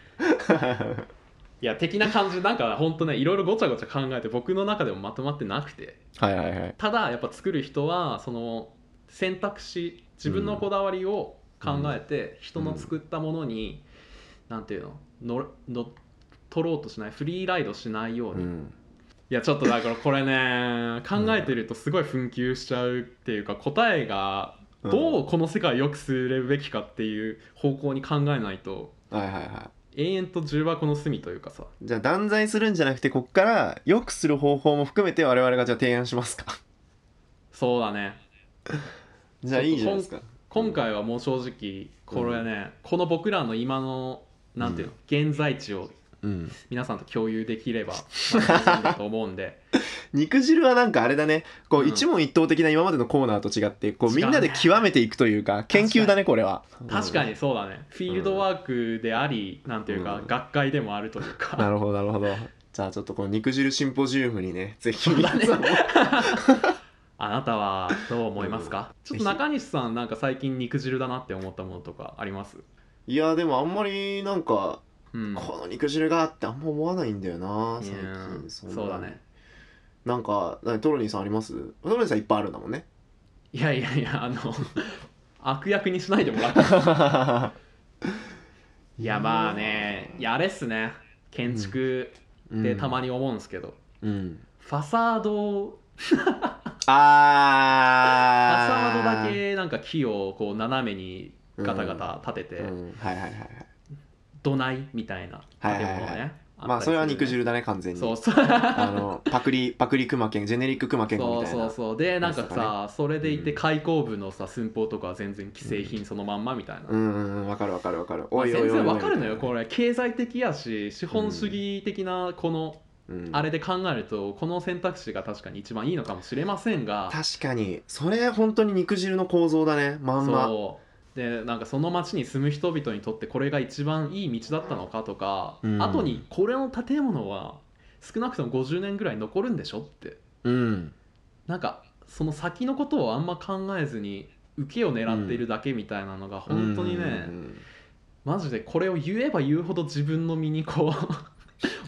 Speaker 1: いや的な感じなんかほんとねいろいろごちゃごちゃ考えて僕の中でもまとまってなくて
Speaker 2: はいはいはい
Speaker 1: ただやっぱ作る人はその選択肢自分のこだわりを考えて人の作ったものに、なんていうののの取ろうとしないフリーライドしないよう
Speaker 2: う
Speaker 1: に
Speaker 2: ん
Speaker 1: いやちょっとだからこれね考えてるとすごい紛糾しちゃうっていうか答えが
Speaker 2: うん
Speaker 1: どうこの世界を良くするべきかっていう方向に考えないと
Speaker 2: はいはいは
Speaker 1: 永遠と重箱の隅というかさ
Speaker 2: いじゃあ断罪するんじゃなくてこっから良くする方法も含めて我々がじゃあ提案しますか
Speaker 1: そうだね
Speaker 2: じゃあいいじゃないですか
Speaker 1: 今回はもう正直これね、この僕らの今のなんていうの、現在地を
Speaker 2: うん
Speaker 1: 皆さんと共有できればまあ楽しいんだと思うんで
Speaker 2: 肉汁はなんかあれだねこ
Speaker 1: う
Speaker 2: うん一問一答的な今までのコーナーと違ってこう
Speaker 1: 違う
Speaker 2: み
Speaker 1: ね
Speaker 2: んなで極めていくというか研究だねこれは
Speaker 1: 確か
Speaker 2: に
Speaker 1: に そうだねフィールドワークであり、なんていうか、
Speaker 2: うん
Speaker 1: 学会でもあるというか
Speaker 2: なるほどなるほどじゃあちょっとこの肉汁シンポジウムにねぜひ
Speaker 1: そうだねあなたはどう思いますか、
Speaker 2: うん
Speaker 1: ちょっと中西さんなんか最近肉汁だなって思ったものとかあります、
Speaker 2: いやでもあんまりなんか
Speaker 1: うん、
Speaker 2: この肉汁がってあんま思わないんだよな最
Speaker 1: いや
Speaker 2: 近
Speaker 1: ー
Speaker 2: んな
Speaker 1: そうだね
Speaker 2: なんかなにトロニーさんありますトロニーさんいっぱいあるんだもんね
Speaker 1: いやいやいやあの 悪役にしないでもらったいやまあねいやあれっすね建築 でたま
Speaker 2: に、
Speaker 1: に思うんですけど、
Speaker 2: うん、
Speaker 1: ファサードファサ
Speaker 2: あー
Speaker 1: ードだけなんか木をこう斜めにガタガタ立てて、
Speaker 2: うん、はいはいはいはい
Speaker 1: 土台みたいな建物ね、
Speaker 2: はいはいはまあそれは肉
Speaker 1: ね
Speaker 2: 汁だね完全に
Speaker 1: そう そう
Speaker 2: あのパクリパクリクマケンジェネリッククマケンゴ
Speaker 1: そう
Speaker 2: みたい
Speaker 1: そう
Speaker 2: な
Speaker 1: そうでなんか
Speaker 2: やつとか
Speaker 1: さ、それでいて
Speaker 2: うん
Speaker 1: 開口部のさ寸法とかは全然既製品そのまんまみたいな、
Speaker 2: うんうんうんわかるわかるわかる
Speaker 1: まあ
Speaker 2: おいおいおい
Speaker 1: 先
Speaker 2: おい
Speaker 1: 生わかるのよ
Speaker 2: みたい
Speaker 1: これ経済的やし資本主義的なこの
Speaker 2: なうん
Speaker 1: あれで考えるとこの選択肢が確かに一番いいのかもしれませんが
Speaker 2: 確かにそれ本当に肉汁の構造だねまんま
Speaker 1: そうでなんかその町に住む人々にとってこれが一番いい道だったのかとか、
Speaker 2: うん
Speaker 1: 後にこれの建物は少なくとも50年ぐらい残るんでしょって
Speaker 2: うん
Speaker 1: なんかその先のことをあんま考えずに受けを狙っているだけみたいなのが本当にね、
Speaker 2: うん
Speaker 1: マジでこれを言えば言うほど自分の身にこう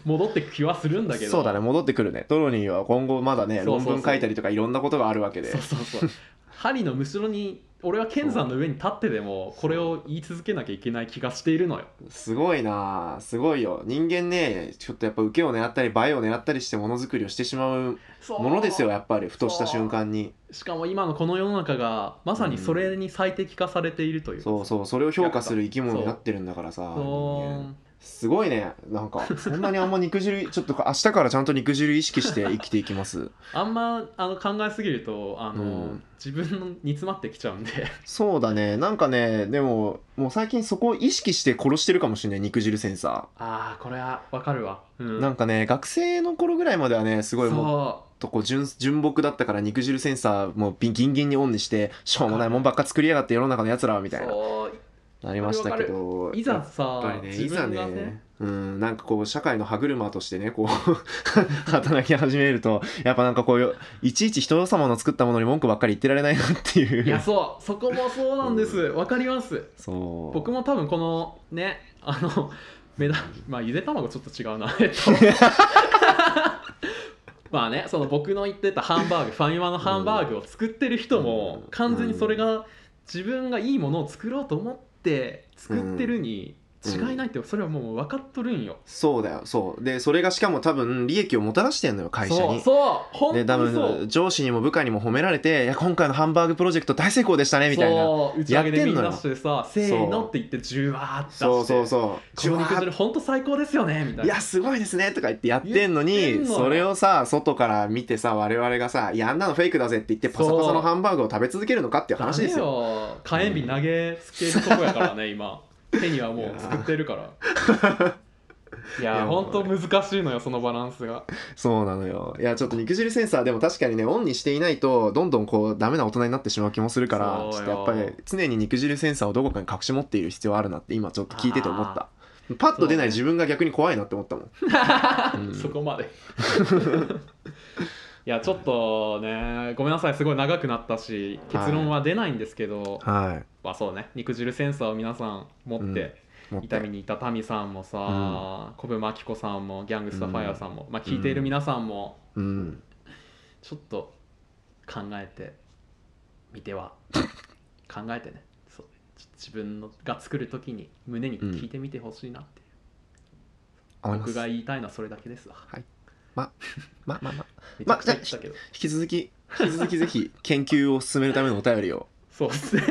Speaker 1: 戻ってく気はするんだけど
Speaker 2: そうだね戻ってくるねトロニーは今後まだね
Speaker 1: そうそう
Speaker 2: 論
Speaker 1: そう
Speaker 2: 文書いたりとかいろんなことがあるわけで
Speaker 1: そうそうそう針のむしろに俺は剣山の上に立ってでもこれを言い続けなきゃいけない気がしているのよ
Speaker 2: すごいなあすごいよ人間ねちょっとやっぱ受けを狙ったり映えを狙ったりしてものづくりをしてしまう
Speaker 1: そう
Speaker 2: ものですよやっぱりふとした瞬間に
Speaker 1: しかも今のこの世の中がまさにそれに最適化されているという、
Speaker 2: そうそうそれを評価する生き物になってるんだからさ人間
Speaker 1: そ
Speaker 2: すごいねなんかそんなにあんま肉汁 ちょっと明日からちゃんと肉汁意識して生きていきます
Speaker 1: うあんまあの考えすぎるとあの、
Speaker 2: うん
Speaker 1: 自分に詰まってきちゃうんで
Speaker 2: そうだねなんかねでももう最近そこを意識して殺してるかもしれない肉汁センサ
Speaker 1: ああこれはわかるわ、うん、
Speaker 2: ーなんんかね学生の頃ぐらいまではねすごいもっ
Speaker 1: そ
Speaker 2: とこう純純朴だったから肉汁センサーもうギンギンにオンにしてしょうもないもんばっか作りやがって世の中のやつらはみ
Speaker 1: う
Speaker 2: たいな
Speaker 1: そう
Speaker 2: なりましたけど
Speaker 1: いざさ
Speaker 2: やっぱりねい
Speaker 1: 自
Speaker 2: ざ
Speaker 1: 分が
Speaker 2: ねうん、なんかこう社会の歯車としてねこう 働き始めるとやっぱなんかこうよいちいち人様の作ったものに文句ばっかり言ってられないなっていう
Speaker 1: いやそうそこもそうなんですわ、かります
Speaker 2: そう
Speaker 1: 僕も多分このねあの目だまあゆで卵ちょっと違うなえっと まあねその僕の言ってたハンバーグファミマのハンバーグを作ってる人も
Speaker 2: うん
Speaker 1: 完全にそれが自分がいいものを作ろうと思って作ってるに違いないってそれはもう分かっとるんよ、
Speaker 2: そうだよそうでそれがしかも多分利益をもたらしてんのよ会社
Speaker 1: そう
Speaker 2: に。
Speaker 1: そう本
Speaker 2: で
Speaker 1: 当
Speaker 2: 多
Speaker 1: にそう
Speaker 2: 分上司にも部下にも褒められて「いや今回のハンバーグプロジェクト大成功でしたね」みたいな
Speaker 1: そう打ち上げでみん
Speaker 2: や
Speaker 1: な
Speaker 2: っ
Speaker 1: してさせーのって言ってジュワーッて出して
Speaker 2: そうそうそう
Speaker 1: この肉汁本当最高ですよねみた
Speaker 2: い
Speaker 1: いな
Speaker 2: やすごいですねとか言ってやってんの
Speaker 1: 言ってん
Speaker 2: に
Speaker 1: のよ
Speaker 2: それをさ外から見てさ我々がさ「いやあんなのフェイクだぜ」って言ってパサパサのハンバーグを食べ続けるのかっていう
Speaker 1: ダメ
Speaker 2: 話ですよ。
Speaker 1: よ火炎瓶投げつけるとこやからね今手にはもう作ってるからい
Speaker 2: い
Speaker 1: や
Speaker 2: や
Speaker 1: ほんと難しいのよそのバランスが
Speaker 2: そうなのよいやちょっと肉汁センサーでも確かにねオンにしていないとどんどんこうダメな大人になってしまう気もするからち
Speaker 1: そ
Speaker 2: ょっ
Speaker 1: うよ
Speaker 2: とやっぱり常に肉汁センサーをどこかに隠し持っている必要はあるなって今ちょっと聞いてて思ったパッと出ない自分が逆に怖いなって思ったも ん、うん
Speaker 1: そこまでいやちょっとねごめんなさいすごい長くなったし
Speaker 2: はい
Speaker 1: 結論は出ないんですけど、
Speaker 2: は
Speaker 1: まあそうね肉汁センサーを皆さん持って、
Speaker 2: うんいもっと
Speaker 1: 痛みにいたタミさんもさ、コブマキコさんもギャングスタファイアさんも、まあ聞いている皆さんも
Speaker 2: うん
Speaker 1: ちょっと考えてみて は考えてねそうちょっと自分のが作る時に胸に聞いてみてほしいなって、
Speaker 2: 思いま
Speaker 1: 僕
Speaker 2: す
Speaker 1: が言いたいのはそれだけですわ
Speaker 2: まあまあまあ
Speaker 1: めちゃくちゃ言ったけど、
Speaker 2: 引き続き引き続きぜひ研究を進めるためのお便りを
Speaker 1: そうですね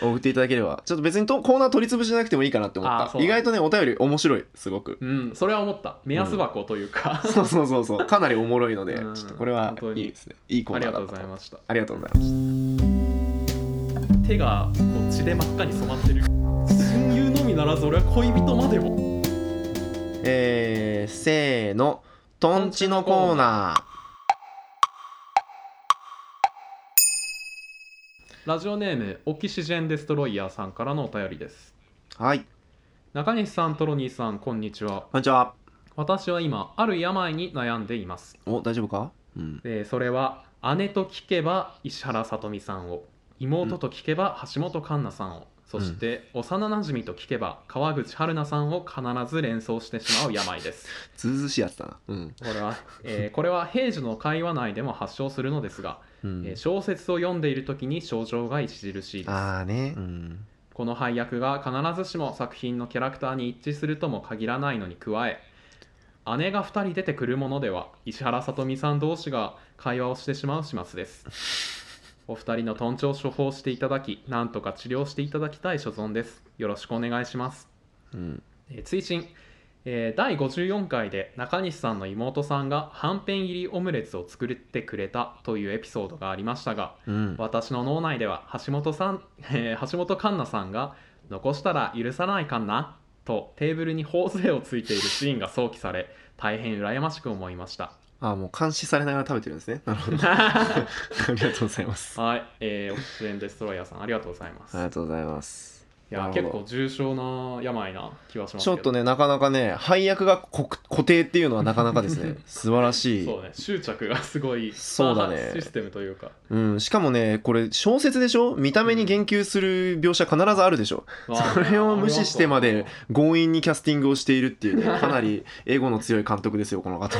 Speaker 2: 送っていただければちょっと別にとコーナー取り潰しじゃなくてもいいかなって思
Speaker 1: あー
Speaker 2: っ
Speaker 1: そ
Speaker 2: た
Speaker 1: う
Speaker 2: 意外とねお便り面白いすごく
Speaker 1: うんそれは思った目安箱というか、
Speaker 2: そうそうそうそうかなりおもろいので
Speaker 1: うん
Speaker 2: ちょっとこれは
Speaker 1: 本当に
Speaker 2: いいですねいいコー
Speaker 1: あり
Speaker 2: ナ
Speaker 1: が
Speaker 2: ーだ
Speaker 1: とう
Speaker 2: っ
Speaker 1: ご
Speaker 2: た
Speaker 1: ざいました
Speaker 2: ありがとうございました
Speaker 1: 手がもう血で真っ赤に染まってる親友のみならず俺は恋人までも
Speaker 2: えー、せーのとんちのコーナ
Speaker 1: ラジオネームオキシジェンデストロイヤーさんからのお便りです
Speaker 2: ーはい
Speaker 1: 中西さんトロニーさんこんにちは
Speaker 2: こんにちは
Speaker 1: 私は今ある病に悩んでいます
Speaker 2: お大丈夫かうん
Speaker 1: えーそれは姉と聞けば石原さとみさんを妹と聞けば橋本環奈さんを、そして幼なじみと聞けば川口春奈さんを必ず連想してしまう病です
Speaker 2: ずうずうしいやつだなう ん、
Speaker 1: これは、えーこれは平時の会話内でも発症するのですが、
Speaker 2: うん
Speaker 1: えー小説を読んでいる時に症状が著しいです
Speaker 2: ああねうん
Speaker 1: この配役が必ずしも作品のキャラクターに一致するとも限らないのに加え姉が2人出てくるものでは石原さとみさん同士が会話をしてしまう始末ですお二人のトンチを処方していただきなんとか治療していただきたい所存ですよろしくお願いします
Speaker 2: うん
Speaker 1: えー追伸、ええー第54回で中西さんの妹さんがはんぺん入りオムレツを作ってくれたというエピソードがありましたが
Speaker 2: うん
Speaker 1: 私の脳内では橋本さん、えー橋本環奈さんが「残したら許さないかんな」とテーブルに頬杖をついているシーンが想起され大変羨ましく思いま した。
Speaker 2: あもう監視されながら食べてるんですねなるほど ありがとうございますあ
Speaker 1: はい、えー、オキシエンデストロイヤーさんありがとうございます。
Speaker 2: りがとうございます
Speaker 1: いや
Speaker 2: なる
Speaker 1: 結
Speaker 2: ほど
Speaker 1: 構重症な病な気はします
Speaker 2: ちょっ
Speaker 1: け
Speaker 2: と
Speaker 1: ど。
Speaker 2: ねなかなかね配役がこ固定っていうのはなかなかです ね素晴らしい
Speaker 1: そうね、執着がすごい
Speaker 2: そうだね
Speaker 1: まあシステムという か、
Speaker 2: うん、しかもねこれ小説でしょ見た目に言及する描写必ずあるでしょ、それを無視してまで強引にキャスティングをしているっていう ねかなりエゴの強い監督ですよこの方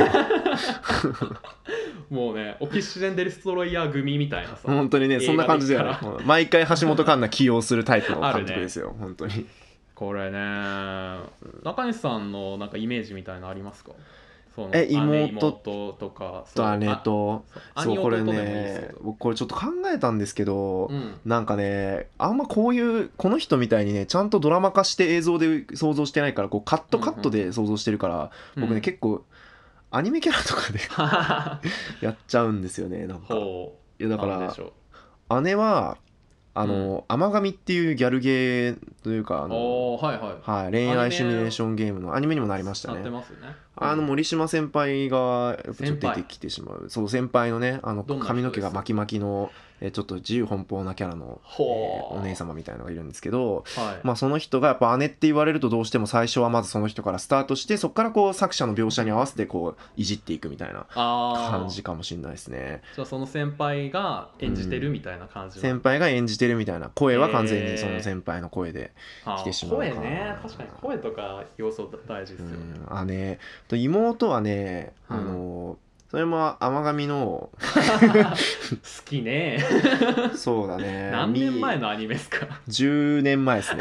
Speaker 1: もうねオキシエンデストロイヤー組みたいなさ、
Speaker 2: 本当にねそんな感じだよ
Speaker 1: 映画
Speaker 2: ね
Speaker 1: で
Speaker 2: 毎回橋本環奈起用するタイプの監
Speaker 1: あ
Speaker 2: 督
Speaker 1: るね
Speaker 2: ですよ、本当に
Speaker 1: これね中西さんのなんかイメージみたいなのありますかその
Speaker 2: え
Speaker 1: 姉
Speaker 2: 妹
Speaker 1: 妹とかそう
Speaker 2: と姉と
Speaker 1: あ
Speaker 2: そう
Speaker 1: 兄
Speaker 2: これ
Speaker 1: 弟でもいいですけ
Speaker 2: ね
Speaker 1: ど
Speaker 2: 僕これちょっと考えたんですけど、
Speaker 1: うん
Speaker 2: なんかねあんまこういうこの人みたいにねちゃんとドラマ化して映像で想像してないからこうカットカットで想像してるから、僕ね、
Speaker 1: うん
Speaker 2: 結構アニメキャラとかで やっちゃうんですよねなんかい
Speaker 1: ほう
Speaker 2: やだか
Speaker 1: なんでし
Speaker 2: ら
Speaker 1: ょう
Speaker 2: 姉はあの「甘神」っていうギャルゲーというかあの、
Speaker 1: おーはいはい
Speaker 2: はい、恋愛シミュレーションゲームのアニメにもなりました
Speaker 1: なって
Speaker 2: ね
Speaker 1: ますね
Speaker 2: あの森島先輩がやっぱちょっ
Speaker 1: 先
Speaker 2: と出
Speaker 1: 輩
Speaker 2: てきてしまうそう先輩のねあの
Speaker 1: どんな人
Speaker 2: 髪の毛が
Speaker 1: ですか
Speaker 2: 巻き巻きのえちょっと自由奔放なキャラの、えー
Speaker 1: ほう
Speaker 2: お姉様みたいなのがいるんですけど、
Speaker 1: はい、
Speaker 2: まあ、その人がやっぱ姉って言われるとどうしても最初はまずその人からスタートしてそこからこう作者の描写に合わせてこういじっていくみたいな
Speaker 1: あー
Speaker 2: 感じかもしれないですね
Speaker 1: じゃあその先輩が演じてるみたいな感じな
Speaker 2: 先輩が演じてるみたいな声は完全にその先輩の声で、
Speaker 1: あ
Speaker 2: 来てしまうか
Speaker 1: 声ね確かに声とか要素大事で
Speaker 2: う
Speaker 1: すよね、
Speaker 2: ん、姉と妹はね、
Speaker 1: うん
Speaker 2: あのそれも甘 神の
Speaker 1: 好きね
Speaker 2: そうだね
Speaker 1: 何年前
Speaker 2: み
Speaker 1: のアニメです か
Speaker 2: 10年前ですね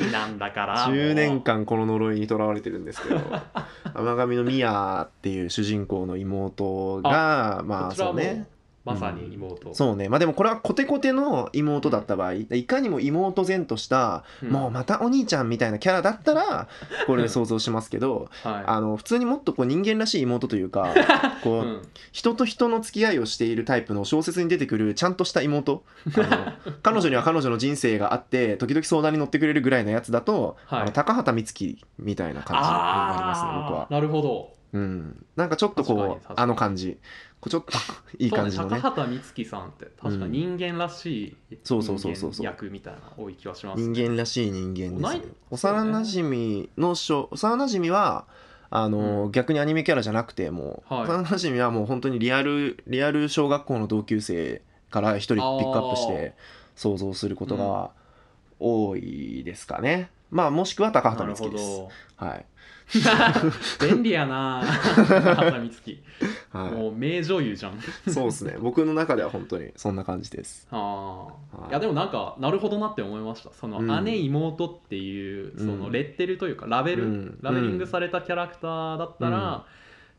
Speaker 1: 好きなんだからもう
Speaker 2: 10年間この呪いにとらわれてるんですけど 甘神のミヤっていう主人公の妹がまあ
Speaker 1: こちら
Speaker 2: そ
Speaker 1: は
Speaker 2: う
Speaker 1: も
Speaker 2: ね
Speaker 1: うまさに妹、
Speaker 2: そうねまあでもこれはコテコテの妹だった場合いかにも妹前とした、
Speaker 1: うん
Speaker 2: もうまたお兄ちゃんみたいなキャラだったらこれで想像しますけど、
Speaker 1: は
Speaker 2: あの普通にもっとこう人間らしい妹とい うか
Speaker 1: い、
Speaker 2: こ
Speaker 1: う
Speaker 2: う、
Speaker 1: ん
Speaker 2: 人と人の付き合いをしているタイプの小説に出てくるちゃんとした妹あの彼女には彼女の人生があって時々相談に乗ってくれるぐらいのやつだと、
Speaker 1: はい
Speaker 2: あの高畑充希みたいな感じになりますね僕
Speaker 1: あ
Speaker 2: は
Speaker 1: あ、、なるほど
Speaker 2: うん、なんかちょっと
Speaker 1: 確か
Speaker 2: こ
Speaker 1: に確
Speaker 2: う
Speaker 1: かに
Speaker 2: あの感じこうちょっと いい感じの
Speaker 1: そう
Speaker 2: ね
Speaker 1: 高畑充希さんって確か人間らしい人
Speaker 2: そうそうそうそうそう
Speaker 1: 間役みたいな多い気はします
Speaker 2: 人間らしい人間です、ね
Speaker 1: 同い、
Speaker 2: 幼なじみの小幼馴染はあの、逆にアニメキャラじゃなくてもう、
Speaker 1: はい
Speaker 2: 幼馴染はもう本当にリアルリアル小学校の同級生から一人ピックアップして想像することが多いですかね、まあもしくは高
Speaker 1: な
Speaker 2: 畑
Speaker 1: るほ
Speaker 2: 充希です
Speaker 1: ど
Speaker 2: はい、
Speaker 1: 便利やな高畑充希
Speaker 2: は
Speaker 1: もう名女優じゃん
Speaker 2: い、そうですね僕の中では本当にそんな感じです
Speaker 1: あ
Speaker 2: は
Speaker 1: あ
Speaker 2: い
Speaker 1: いやでもなんかなるほどなって思いましたその
Speaker 2: うん
Speaker 1: 姉妹っていうその
Speaker 2: うん
Speaker 1: レッテルというかラベル、
Speaker 2: うん
Speaker 1: ラベリングされたキャラクターだった
Speaker 2: う
Speaker 1: ら、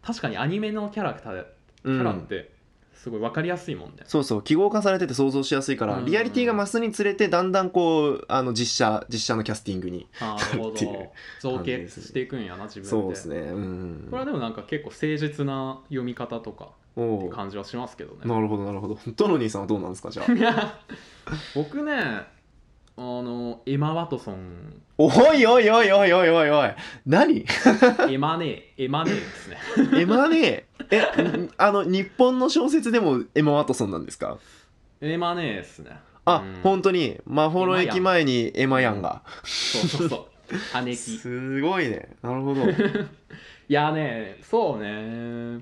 Speaker 1: 確かにアニメのキャラクターで
Speaker 2: う
Speaker 1: キャラっ
Speaker 2: ん
Speaker 1: てすごい分かりやすいもん ね、
Speaker 2: そうそう記号化されてて想像しやすいから、
Speaker 1: うん
Speaker 2: リアリティが増すにつれてだんだんこうあの実写実写のキャスティングに
Speaker 1: ああなるほ
Speaker 2: っ
Speaker 1: ど
Speaker 2: ていう
Speaker 1: 造形していくんやな自分で
Speaker 2: そうですねうん
Speaker 1: これはでもなんか結構誠実な読み方とかって
Speaker 2: おう
Speaker 1: 感じはしますけどね
Speaker 2: なるほどなるほど トロニーさんはどうなんですかじゃあ
Speaker 1: いや 僕ねあのエマ・ワトソン
Speaker 2: おいおいおいおいおいおいおい何
Speaker 1: エマネーエマネーですね
Speaker 2: エマねえんあの日本の小説でもエマ・ワトソンなんですか
Speaker 1: エマネーですね
Speaker 2: あ、
Speaker 1: うん
Speaker 2: 本当にマホロ駅前にエマヤンが
Speaker 1: そうそうそう。姉貴。い
Speaker 2: すごいねなるほど
Speaker 1: やね、そうね。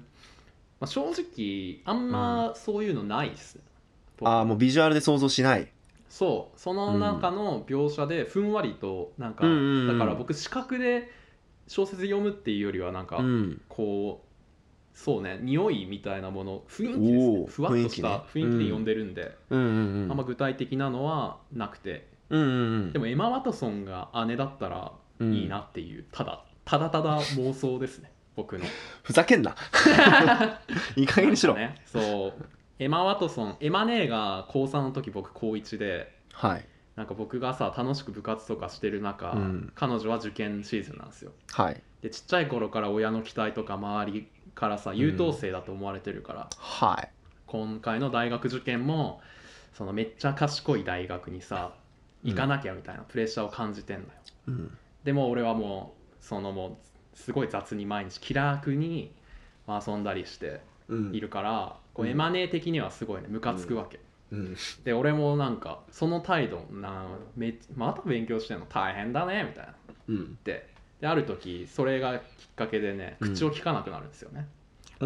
Speaker 1: まあ、正直、あんまそういうのないっすね。僕
Speaker 2: あーもうビジュアルで想像しない
Speaker 1: そう、その中の描写でふんわりと、なんか、
Speaker 2: うんうんうん
Speaker 1: だから僕、視覚で小説読むっていうよりは、なんか、
Speaker 2: うん
Speaker 1: こう、そうね、匂いみたいなもの、雰囲気です
Speaker 2: お
Speaker 1: ね
Speaker 2: ー。
Speaker 1: ふわっとした
Speaker 2: 雰囲
Speaker 1: 雰
Speaker 2: 気ね
Speaker 1: 囲気で読んでるんで、
Speaker 2: うんうんう
Speaker 1: あんま
Speaker 2: ん
Speaker 1: 具体的なのはなくて。
Speaker 2: うんうん
Speaker 1: でも、エマ・ワトソンが姉だったら
Speaker 2: うん
Speaker 1: いいなっていう、ただ、ただただ妄想です ね、僕の。
Speaker 2: ふざ けんないい加減にしろ、
Speaker 1: なんかねそうエマ・ワトソンエマ・ネーが高3の時僕高1で
Speaker 2: はい
Speaker 1: なんか僕がさ楽しく部活とかしてる中、
Speaker 2: うん
Speaker 1: 彼女は受験シーズンなんですよ
Speaker 2: はい
Speaker 1: でちっちゃい頃から親の期待とか周りからさ優等生だと思われてるから、
Speaker 2: はい
Speaker 1: 今回の大学受験もそのめっちゃ賢い大学にさ行かなきゃみたいなプレッシャーを感じてんのよ、
Speaker 2: うん
Speaker 1: でも俺はもうそのもうすごい雑に毎日気楽に遊んだりして
Speaker 2: うん
Speaker 1: いるから、こう
Speaker 2: うん
Speaker 1: エマネー的にはすごいねムカつくわけ、
Speaker 2: うん
Speaker 1: で俺もなんかその態度なんめまた勉強してんの大変だねみたいな
Speaker 2: う
Speaker 1: っ
Speaker 2: ん
Speaker 1: てである時それがきっかけでね
Speaker 2: うん
Speaker 1: 口を聞かなくなるんですよね、
Speaker 2: セ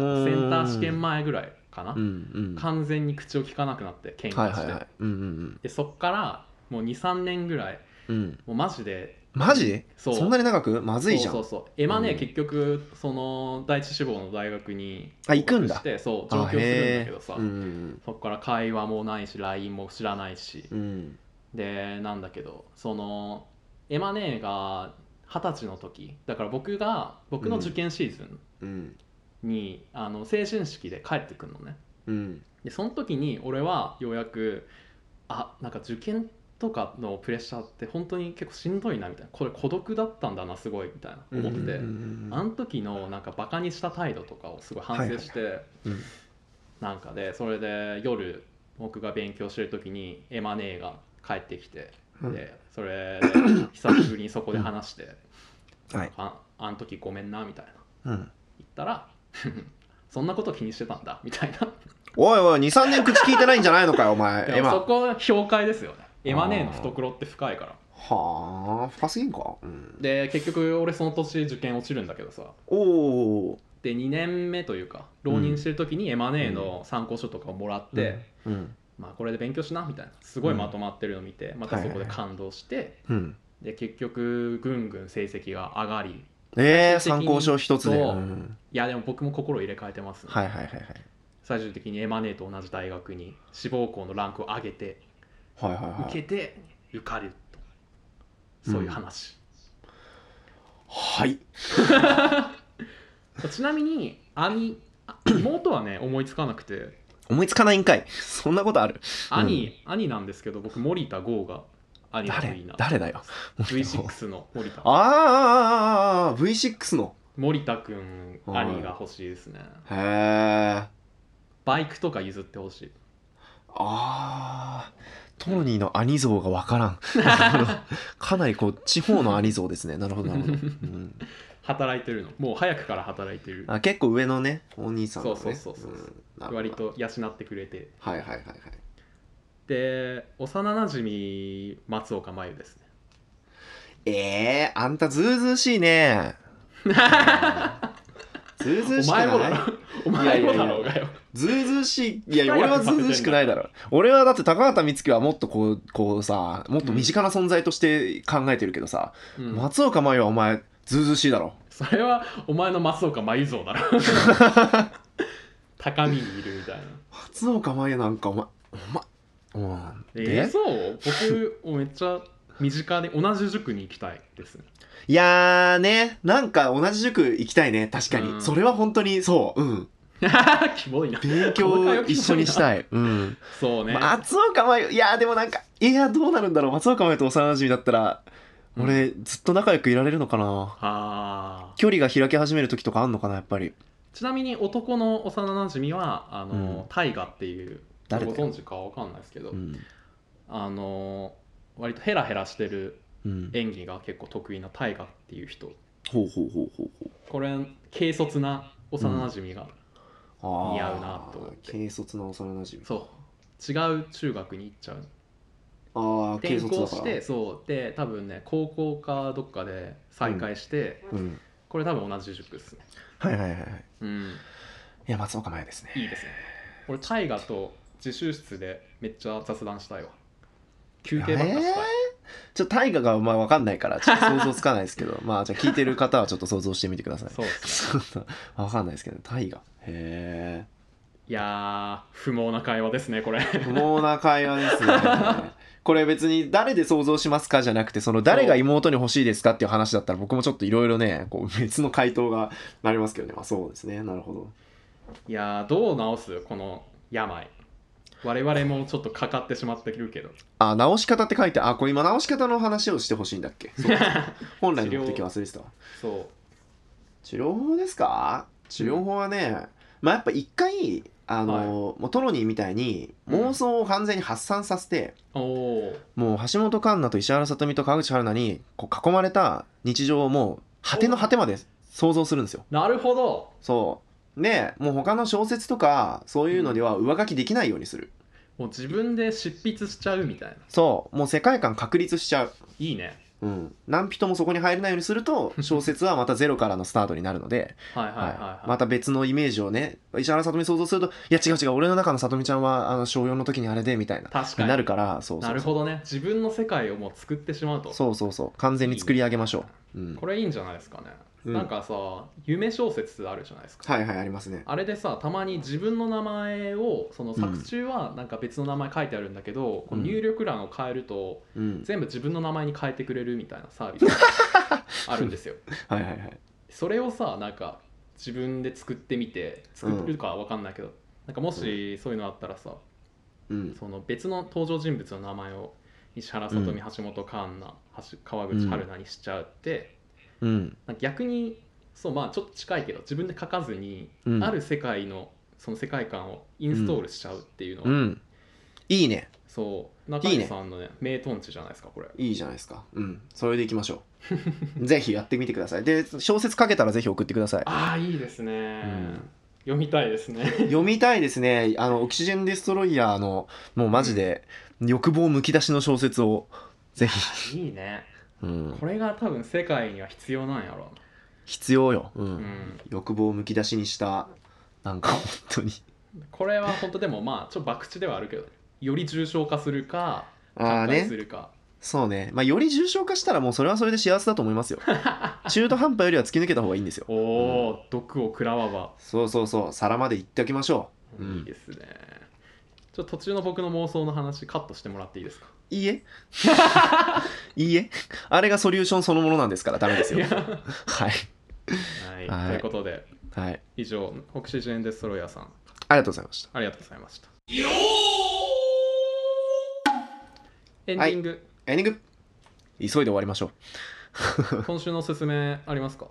Speaker 1: センター試験前ぐらいかな、
Speaker 2: うんうん
Speaker 1: 完全に口を聞かなくなって喧嘩して、
Speaker 2: はいはいはいうんうん
Speaker 1: でそっからもう23年ぐらい
Speaker 2: うんうん
Speaker 1: もうマジで
Speaker 2: マジ
Speaker 1: そう
Speaker 2: そんなに長くまずいじゃん
Speaker 1: そうそうそうエマね、
Speaker 2: うん
Speaker 1: 結局その第一志望の大学に
Speaker 2: あ行くんだ
Speaker 1: 合格してそう
Speaker 2: あ
Speaker 1: 上京するんだけどさ、
Speaker 2: へーうん
Speaker 1: そっから会話もないし LINE も知らないし、
Speaker 2: うんうん
Speaker 1: でなんだけどそのエマネーが二十歳の時だから僕が僕の受験シーズ
Speaker 2: うん
Speaker 1: ンに、あの成人式で帰ってくるのね
Speaker 2: うん
Speaker 1: でその時に俺はようやくあなんか受験とかのプレッシャーって本当に結構しんどいなみたいなこれ孤独だったんだなすごいみたいな思って、
Speaker 2: うん
Speaker 1: あの時のなんかバカにした態度とかをすごい反省して、
Speaker 2: うん
Speaker 1: なんかでそれで夜僕が勉強してる時にエマ姉が帰ってきて、
Speaker 2: うん
Speaker 1: でそれで久しぶりにそこで話して「
Speaker 2: はい
Speaker 1: ああの時ごめんな」みたいな
Speaker 2: うん
Speaker 1: 言ったら 「そんなこと気にしてたんだ」みたいな
Speaker 2: おいおい23年口聞いてないんじゃないのかよお前
Speaker 1: で
Speaker 2: エ
Speaker 1: もそ
Speaker 2: マ
Speaker 1: こは評価ですよねエマ姉の懐って深いから
Speaker 2: はあ深すぎんかうん
Speaker 1: で結局俺その年受験落ちるんだけどさ
Speaker 2: おお
Speaker 1: で2年目というか浪人してる時にエマネーの参考書とかをもらって、
Speaker 2: うん
Speaker 1: まあ、これで勉強しなみたいなすごいまとまってるのを見て、またそこで感動して、
Speaker 2: うん
Speaker 1: で結局ぐんぐん成績が上がり
Speaker 2: え
Speaker 1: 最終
Speaker 2: ー、
Speaker 1: 的
Speaker 2: 参
Speaker 1: に
Speaker 2: 考書一つで、、
Speaker 1: そうんいやでも僕も心を入れ替えてますね、
Speaker 2: はいはいはいはい
Speaker 1: 最終的にエマネーと同じ大学に志望校のランクを上げて
Speaker 2: はいはいは
Speaker 1: 受け
Speaker 2: い
Speaker 1: て受かるとそういう話、
Speaker 2: はい
Speaker 1: ちなみに兄あ妹はね思いつかなくて
Speaker 2: 思いつかないんかいそんなことある
Speaker 1: 兄、兄なんですけど僕森田剛が兄の
Speaker 2: 誰
Speaker 1: いいな
Speaker 2: 誰だよ
Speaker 1: V6 の森田
Speaker 2: あーあーあーあー V6 の
Speaker 1: 森田くん
Speaker 2: はい
Speaker 1: 兄が欲しいですね
Speaker 2: へえ
Speaker 1: バイクとか譲ってほしい
Speaker 2: あートロニーの兄像が分から んなるほどかなりこう地方の兄像ですねなるほどなるほど、うん
Speaker 1: 働いてるのもう早くから働いてる
Speaker 2: あ結構上のねお兄さんの、ね、
Speaker 1: そうそうそうそうん
Speaker 2: なるほど
Speaker 1: 割と養ってくれて
Speaker 2: はいはいはいはい
Speaker 1: で幼なじみ松岡真優ですね
Speaker 2: えー、あんたずうずうしい ねずうずうし
Speaker 1: お
Speaker 2: くな
Speaker 1: 前
Speaker 2: い
Speaker 1: もだろお前もだろうがよ
Speaker 2: ずうずうしいいやいや俺はずうずうしくないだろ俺はだって高畑充希はもっとこうこうさもっと身近な存在として考えてるけどさ、
Speaker 1: うん
Speaker 2: 松岡茉優はお前ずうずうしいだろ
Speaker 1: それはお前の松岡真優像だろ 高みにいるみたいな
Speaker 2: 松岡茉優なんかお前お前うんで、
Speaker 1: えそう僕めっちゃ身近で同じ塾に行きたい ですね
Speaker 2: いやーねなんか同じ塾行きたいね確かに、
Speaker 1: うん
Speaker 2: それは本当にそううん
Speaker 1: キモいな細か
Speaker 2: 勉
Speaker 1: い
Speaker 2: 強
Speaker 1: わけ
Speaker 2: 一緒にしたい、うん、
Speaker 1: そう ね、
Speaker 2: 松岡茉優いやーでもなんかいやどうなるんだろう松岡茉優と幼馴染だったら
Speaker 1: うん
Speaker 2: 俺ずっと仲良くいられるのかな
Speaker 1: あー
Speaker 2: 距離が開き始める時とかあんのかなやっぱり
Speaker 1: ちなみに男の幼なじみはあの、
Speaker 2: うん
Speaker 1: タイガっていうご
Speaker 2: 誰だよ
Speaker 1: 存知かわかんないですけど、
Speaker 2: うん
Speaker 1: あの割とヘラヘラしてる
Speaker 2: うん
Speaker 1: 演技が結構得意なタイガっていう人
Speaker 2: ほうほうほうほうほう
Speaker 1: これ軽率な幼なじみが、
Speaker 2: あー
Speaker 1: 似合うなと思って
Speaker 2: 軽率な幼馴染
Speaker 1: そう違う中学に行っちゃう
Speaker 2: ああ軽
Speaker 1: 転
Speaker 2: 率だ
Speaker 1: 校
Speaker 2: か
Speaker 1: し
Speaker 2: ら
Speaker 1: てそうで多分ね高校かどっかで再会して、
Speaker 2: うん、
Speaker 1: これ多分同じ塾ですね
Speaker 2: はいはいはいはい
Speaker 1: うん
Speaker 2: いや松岡茉優ですね
Speaker 1: いいですね俺タイガと自習室でめっちゃ雑談したいわ休憩ばっかしたい、
Speaker 2: ちょっと大河がまあ分かんないからちょっと想像つかないですけ どまあじゃあ聞いてる方はちょっと想像してみてください
Speaker 1: そうっすね
Speaker 2: そうそう分かんないですけど大河へえ
Speaker 1: いやー不毛な会話ですねこれ
Speaker 2: 不毛な会話 ですねこれ別に誰で想像しますかじゃなくてその誰が妹に欲しいですかっていう話だったら僕もちょっといろいろねこう別の回答がなりますけどねまあそうですねなるほど
Speaker 1: いやーどう直すこの病我々もちょっとかかってしまってるけど
Speaker 2: あ直し方って書いてあこれ今直し方の話をしてほしいんだっけそう本来の目的忘れてたわ
Speaker 1: そう
Speaker 2: 治療法ですか治療法はね、まあやっぱ一回あの、もうトロニーみたいに妄想を完全に発散させて、
Speaker 1: おおー
Speaker 2: もう橋本環奈と石原さとみと川口春奈にこう囲まれた日常をもう果ての果てまで想像するんですよ
Speaker 1: なるほど
Speaker 2: そうでもう他の小説とかそういうのでは上書きできないようにする、
Speaker 1: もう自分で執筆しちゃうみたいな
Speaker 2: そうもう世界観確立しちゃう
Speaker 1: いいね
Speaker 2: うん、何人もそこに入れないようにす ると小説はまたゼロからのスタートになるので、
Speaker 1: はいはいはい、は
Speaker 2: はいいまた別のイメージをね石原さとみ想像するといや違う違う俺の中のさとみちゃんはあの小4の時にあれでみたいな
Speaker 1: 確か
Speaker 2: に
Speaker 1: に
Speaker 2: なるからそうそ
Speaker 1: な
Speaker 2: う
Speaker 1: る
Speaker 2: そう
Speaker 1: ほどね自分の世界をもう作ってしまうと
Speaker 2: そうそうそう完全に作り上げましょう、うん、
Speaker 1: これいいんじゃないですかね、
Speaker 2: うん
Speaker 1: なんかさ夢小説あるじゃないですか、
Speaker 2: はいはいありますね
Speaker 1: あれでさたまに自分の名前をその作中はなんか別の名前書いてあるんだけど、この入力欄を変えると
Speaker 2: うん
Speaker 1: 全部自分の名前に変えてくれるみたいなサービスがあるん ですよ
Speaker 2: はいはいはい
Speaker 1: それをさなんか自分で作ってみて作るかは分かんないけど、なんかもしそういうのあったらさ
Speaker 2: うん
Speaker 1: その別の登場人物の名前を石原さとみ、橋本環奈橋川口春奈にしちゃうって、
Speaker 2: うん
Speaker 1: なんか逆にそうまあちょっと近いけど自分で書かずに、
Speaker 2: うん
Speaker 1: ある世界のその世界観をインストールしちゃうっていうのは、
Speaker 2: うんいいね
Speaker 1: そう中西さんのね名トンチじゃないですかこれ
Speaker 2: いいじゃないですかうんそれでいきましょ うぜひやってみてくださいで小説書けたらぜひ送ってください
Speaker 1: ああいいですね、
Speaker 2: うん
Speaker 1: 読みたいですね
Speaker 2: 読みたいですねあのオキシジェン・デストロイヤーのもうマジで欲望むき出しの小説をぜひ、
Speaker 1: いいね
Speaker 2: うん、
Speaker 1: これが多分世界には必要なんやろ
Speaker 2: 必要よ、うん
Speaker 1: うな、うん、
Speaker 2: 欲望むき出しにしたなんか本当に
Speaker 1: これは本当でもまあちょっと博打ではあるけどより重症化するか
Speaker 2: ああ
Speaker 1: 拡大
Speaker 2: ね
Speaker 1: するか
Speaker 2: そうねまあより重症化したらもうそれはそれで幸せだと思います よ中途半端よりは突き抜けた方がいいんですよ
Speaker 1: おお、毒を食らわば、
Speaker 2: そうそうそう皿までいっておきましょう、う
Speaker 1: いい
Speaker 2: ん、
Speaker 1: ですねちょっと途中の僕の妄想の話カットしてもらっていいですか
Speaker 2: い いえいいえあれがソリューションそのものなんですからダメです
Speaker 1: い
Speaker 2: よ
Speaker 1: や
Speaker 2: はい、
Speaker 1: はい、
Speaker 2: はい
Speaker 1: ということで
Speaker 2: はい、
Speaker 1: 以上オキシジェンデストロイヤーさん
Speaker 2: ありがとうございました
Speaker 1: ありがとうございましたエンディング、
Speaker 2: エンディング急いで終わりましょう
Speaker 1: 今週のおすすめありますか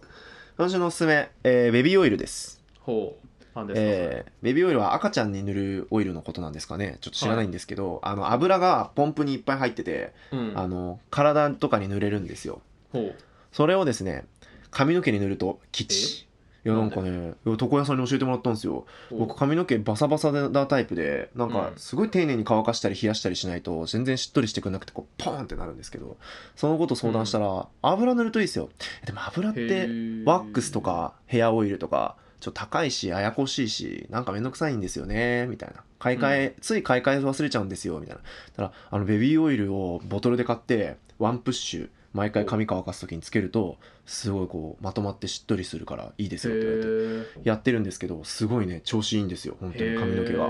Speaker 2: 今週のおすすめ、えーベビーオイルです、
Speaker 1: ほうなんですか、
Speaker 2: えーベビーオイルは赤ちゃんに塗るオイルのことなんですかねちょっと知らないんですけど、あの油がポンプにいっぱい入ってて、
Speaker 1: それうん
Speaker 2: あの体とかに塗れるんですよ
Speaker 1: ほう
Speaker 2: それをですね髪の毛に塗ると吉いやなんかねいや床屋さんに教えてもらったんですよ
Speaker 1: ほう
Speaker 2: 僕髪の毛バサバサなタイプでなんか
Speaker 1: うん
Speaker 2: すごい丁寧に乾かしたり冷やしたりしないと全然しっとりしてくれなくてこうポーンってなるんですけどそのこと相談したら、油塗るといいですよでも油っ
Speaker 1: へ
Speaker 2: て
Speaker 1: ー
Speaker 2: ワックスとかヘアオイルとかちょっと高いしややこしいしなんかめんどくさいんですよねみたいな買い替え、つい買い替え忘れちゃうんですよみたいなたらあのベビーオイルをボトルで買ってワンプッシュ毎回髪乾かす時につけるとすごいこうまとまってしっとりするからいいですよって言われて
Speaker 1: や
Speaker 2: やってるんですけどすごいね調子いいんですよ本当に髪の毛が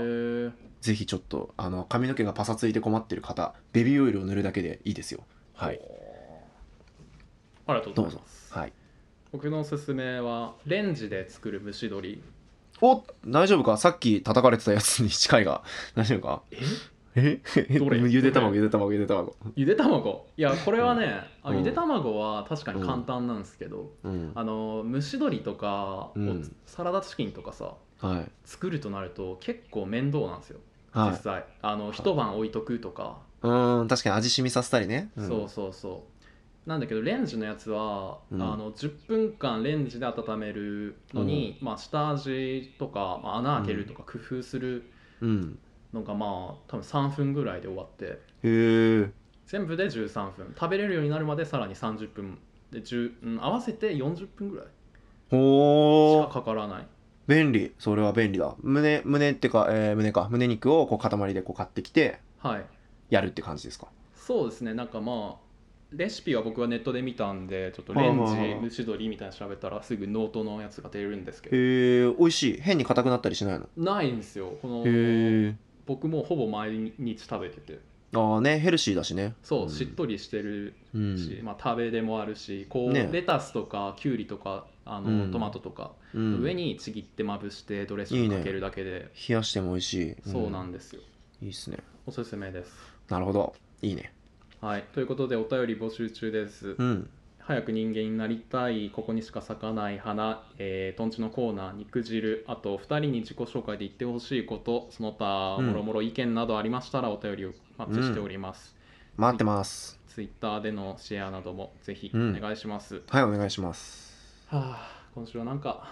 Speaker 2: ぜひちょっとあの髪の毛がパサついて困ってる方ベビーオイルを塗るだけでいいですよはい
Speaker 1: ありがとうございます
Speaker 2: はい
Speaker 1: 僕のおすすめはレンジで作る蒸し鶏
Speaker 2: お大丈夫かさっき叩かれてたやつに近いが 大丈夫か
Speaker 1: え
Speaker 2: え
Speaker 1: どれ
Speaker 2: ゆで卵ゆで卵ゆで卵
Speaker 1: ゆで卵いやこれはね、あ
Speaker 2: うん
Speaker 1: ゆで卵は確かに簡単なんですけど、
Speaker 2: うん
Speaker 1: あの蒸し鶏とか、
Speaker 2: うん
Speaker 1: サラダチキンとかさ
Speaker 2: はい
Speaker 1: 作るとなると結構面倒なんですよ実
Speaker 2: はい
Speaker 1: 際、あの一晩置いとくとか、
Speaker 2: うーん確かに味染みさせたりねん
Speaker 1: そうそうそうなんだけどレンジのやつは、
Speaker 2: うん
Speaker 1: あの10分間レンジで温めるのに、まあ、下味とか、まあ、穴開けるとか工夫する
Speaker 2: うん
Speaker 1: のがまあ多分3分ぐらいで終わって
Speaker 2: へえ
Speaker 1: 全部で13分食べれるようになるまでさらに30分で10、うん、合わせて40分ぐらいし
Speaker 2: お
Speaker 1: か
Speaker 2: ー
Speaker 1: かからない
Speaker 2: 便利それは便利だ胸胸ってか、えー胸か胸肉をこう塊でこう買ってきて
Speaker 1: はい
Speaker 2: やるって感じですか
Speaker 1: そうですねなんかまあレシピは僕はネットで見たんでちょっとレン
Speaker 2: はあ
Speaker 1: ジ
Speaker 2: はあはあ
Speaker 1: 蒸し鶏みたいなの調べたらすぐノートのやつが出るんですけど
Speaker 2: へえ美味しい変に硬くなったりしないの
Speaker 1: ないんですよこの
Speaker 2: へえ
Speaker 1: 僕もほぼ毎日食べてて
Speaker 2: ああねヘルシーだしね
Speaker 1: そう、
Speaker 2: うん
Speaker 1: しっとりしてる
Speaker 2: うん
Speaker 1: し、まあ、食べでもあるしこう、
Speaker 2: ね
Speaker 1: レタスとかきゅうりとかあの、
Speaker 2: うん
Speaker 1: トマトとか、
Speaker 2: うん
Speaker 1: 上にちぎってまぶしてドレッシングかけるだけで
Speaker 2: 冷やしても美味しい
Speaker 1: そうなんんですよ、
Speaker 2: いいっすね
Speaker 1: おすすめです
Speaker 2: なるほどいいね
Speaker 1: はいということでお便り募集中です、
Speaker 2: うん
Speaker 1: 早く人間になりたいここにしか咲かない花、えー、とんちのコーナー肉汁あと2人に自己紹介で言ってほしいことその他
Speaker 2: うん
Speaker 1: もろもろ意見などありましたらお便りをお待ちしております、
Speaker 2: 待ってます
Speaker 1: ツイッターでのシェアなどもぜひお
Speaker 2: うん
Speaker 1: 願いします、
Speaker 2: はいお願いします
Speaker 1: はあ今週はなんか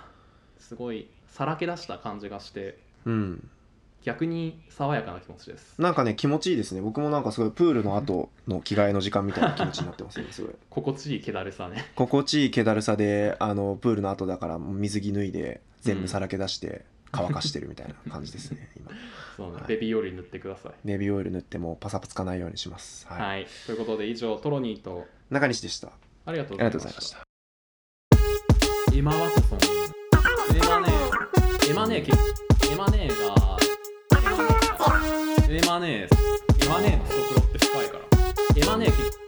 Speaker 1: すごいさらけ出した感じがして
Speaker 2: うん
Speaker 1: 逆に爽やかな気持ちです
Speaker 2: なんかね気持ちいいですね僕もなんかすごいプールの後の着替えの時間みたいな気持ちになってますねすごい
Speaker 1: 心地いい気だるさね
Speaker 2: 心地いい気だるさであのプールの後だから水着脱いで全部さらけ出して乾かしてるみたいな感じです ね、今
Speaker 1: そうね
Speaker 2: はい
Speaker 1: ベビーオイル塗ってください
Speaker 2: ネビオイル塗ってもパサつかないようにしますはい、
Speaker 1: はい、ということで以上トロニーと
Speaker 2: 中西でしたあ
Speaker 1: ありがとう
Speaker 2: り
Speaker 1: ござ
Speaker 2: が
Speaker 1: い
Speaker 2: と
Speaker 1: ま
Speaker 2: うござい
Speaker 1: し
Speaker 2: ま
Speaker 1: た
Speaker 2: した
Speaker 1: エマ・ワトソン。エマネー。エマネーけ。エマネーが。エマネー。エマネーの懐って深いから。エマネーけ。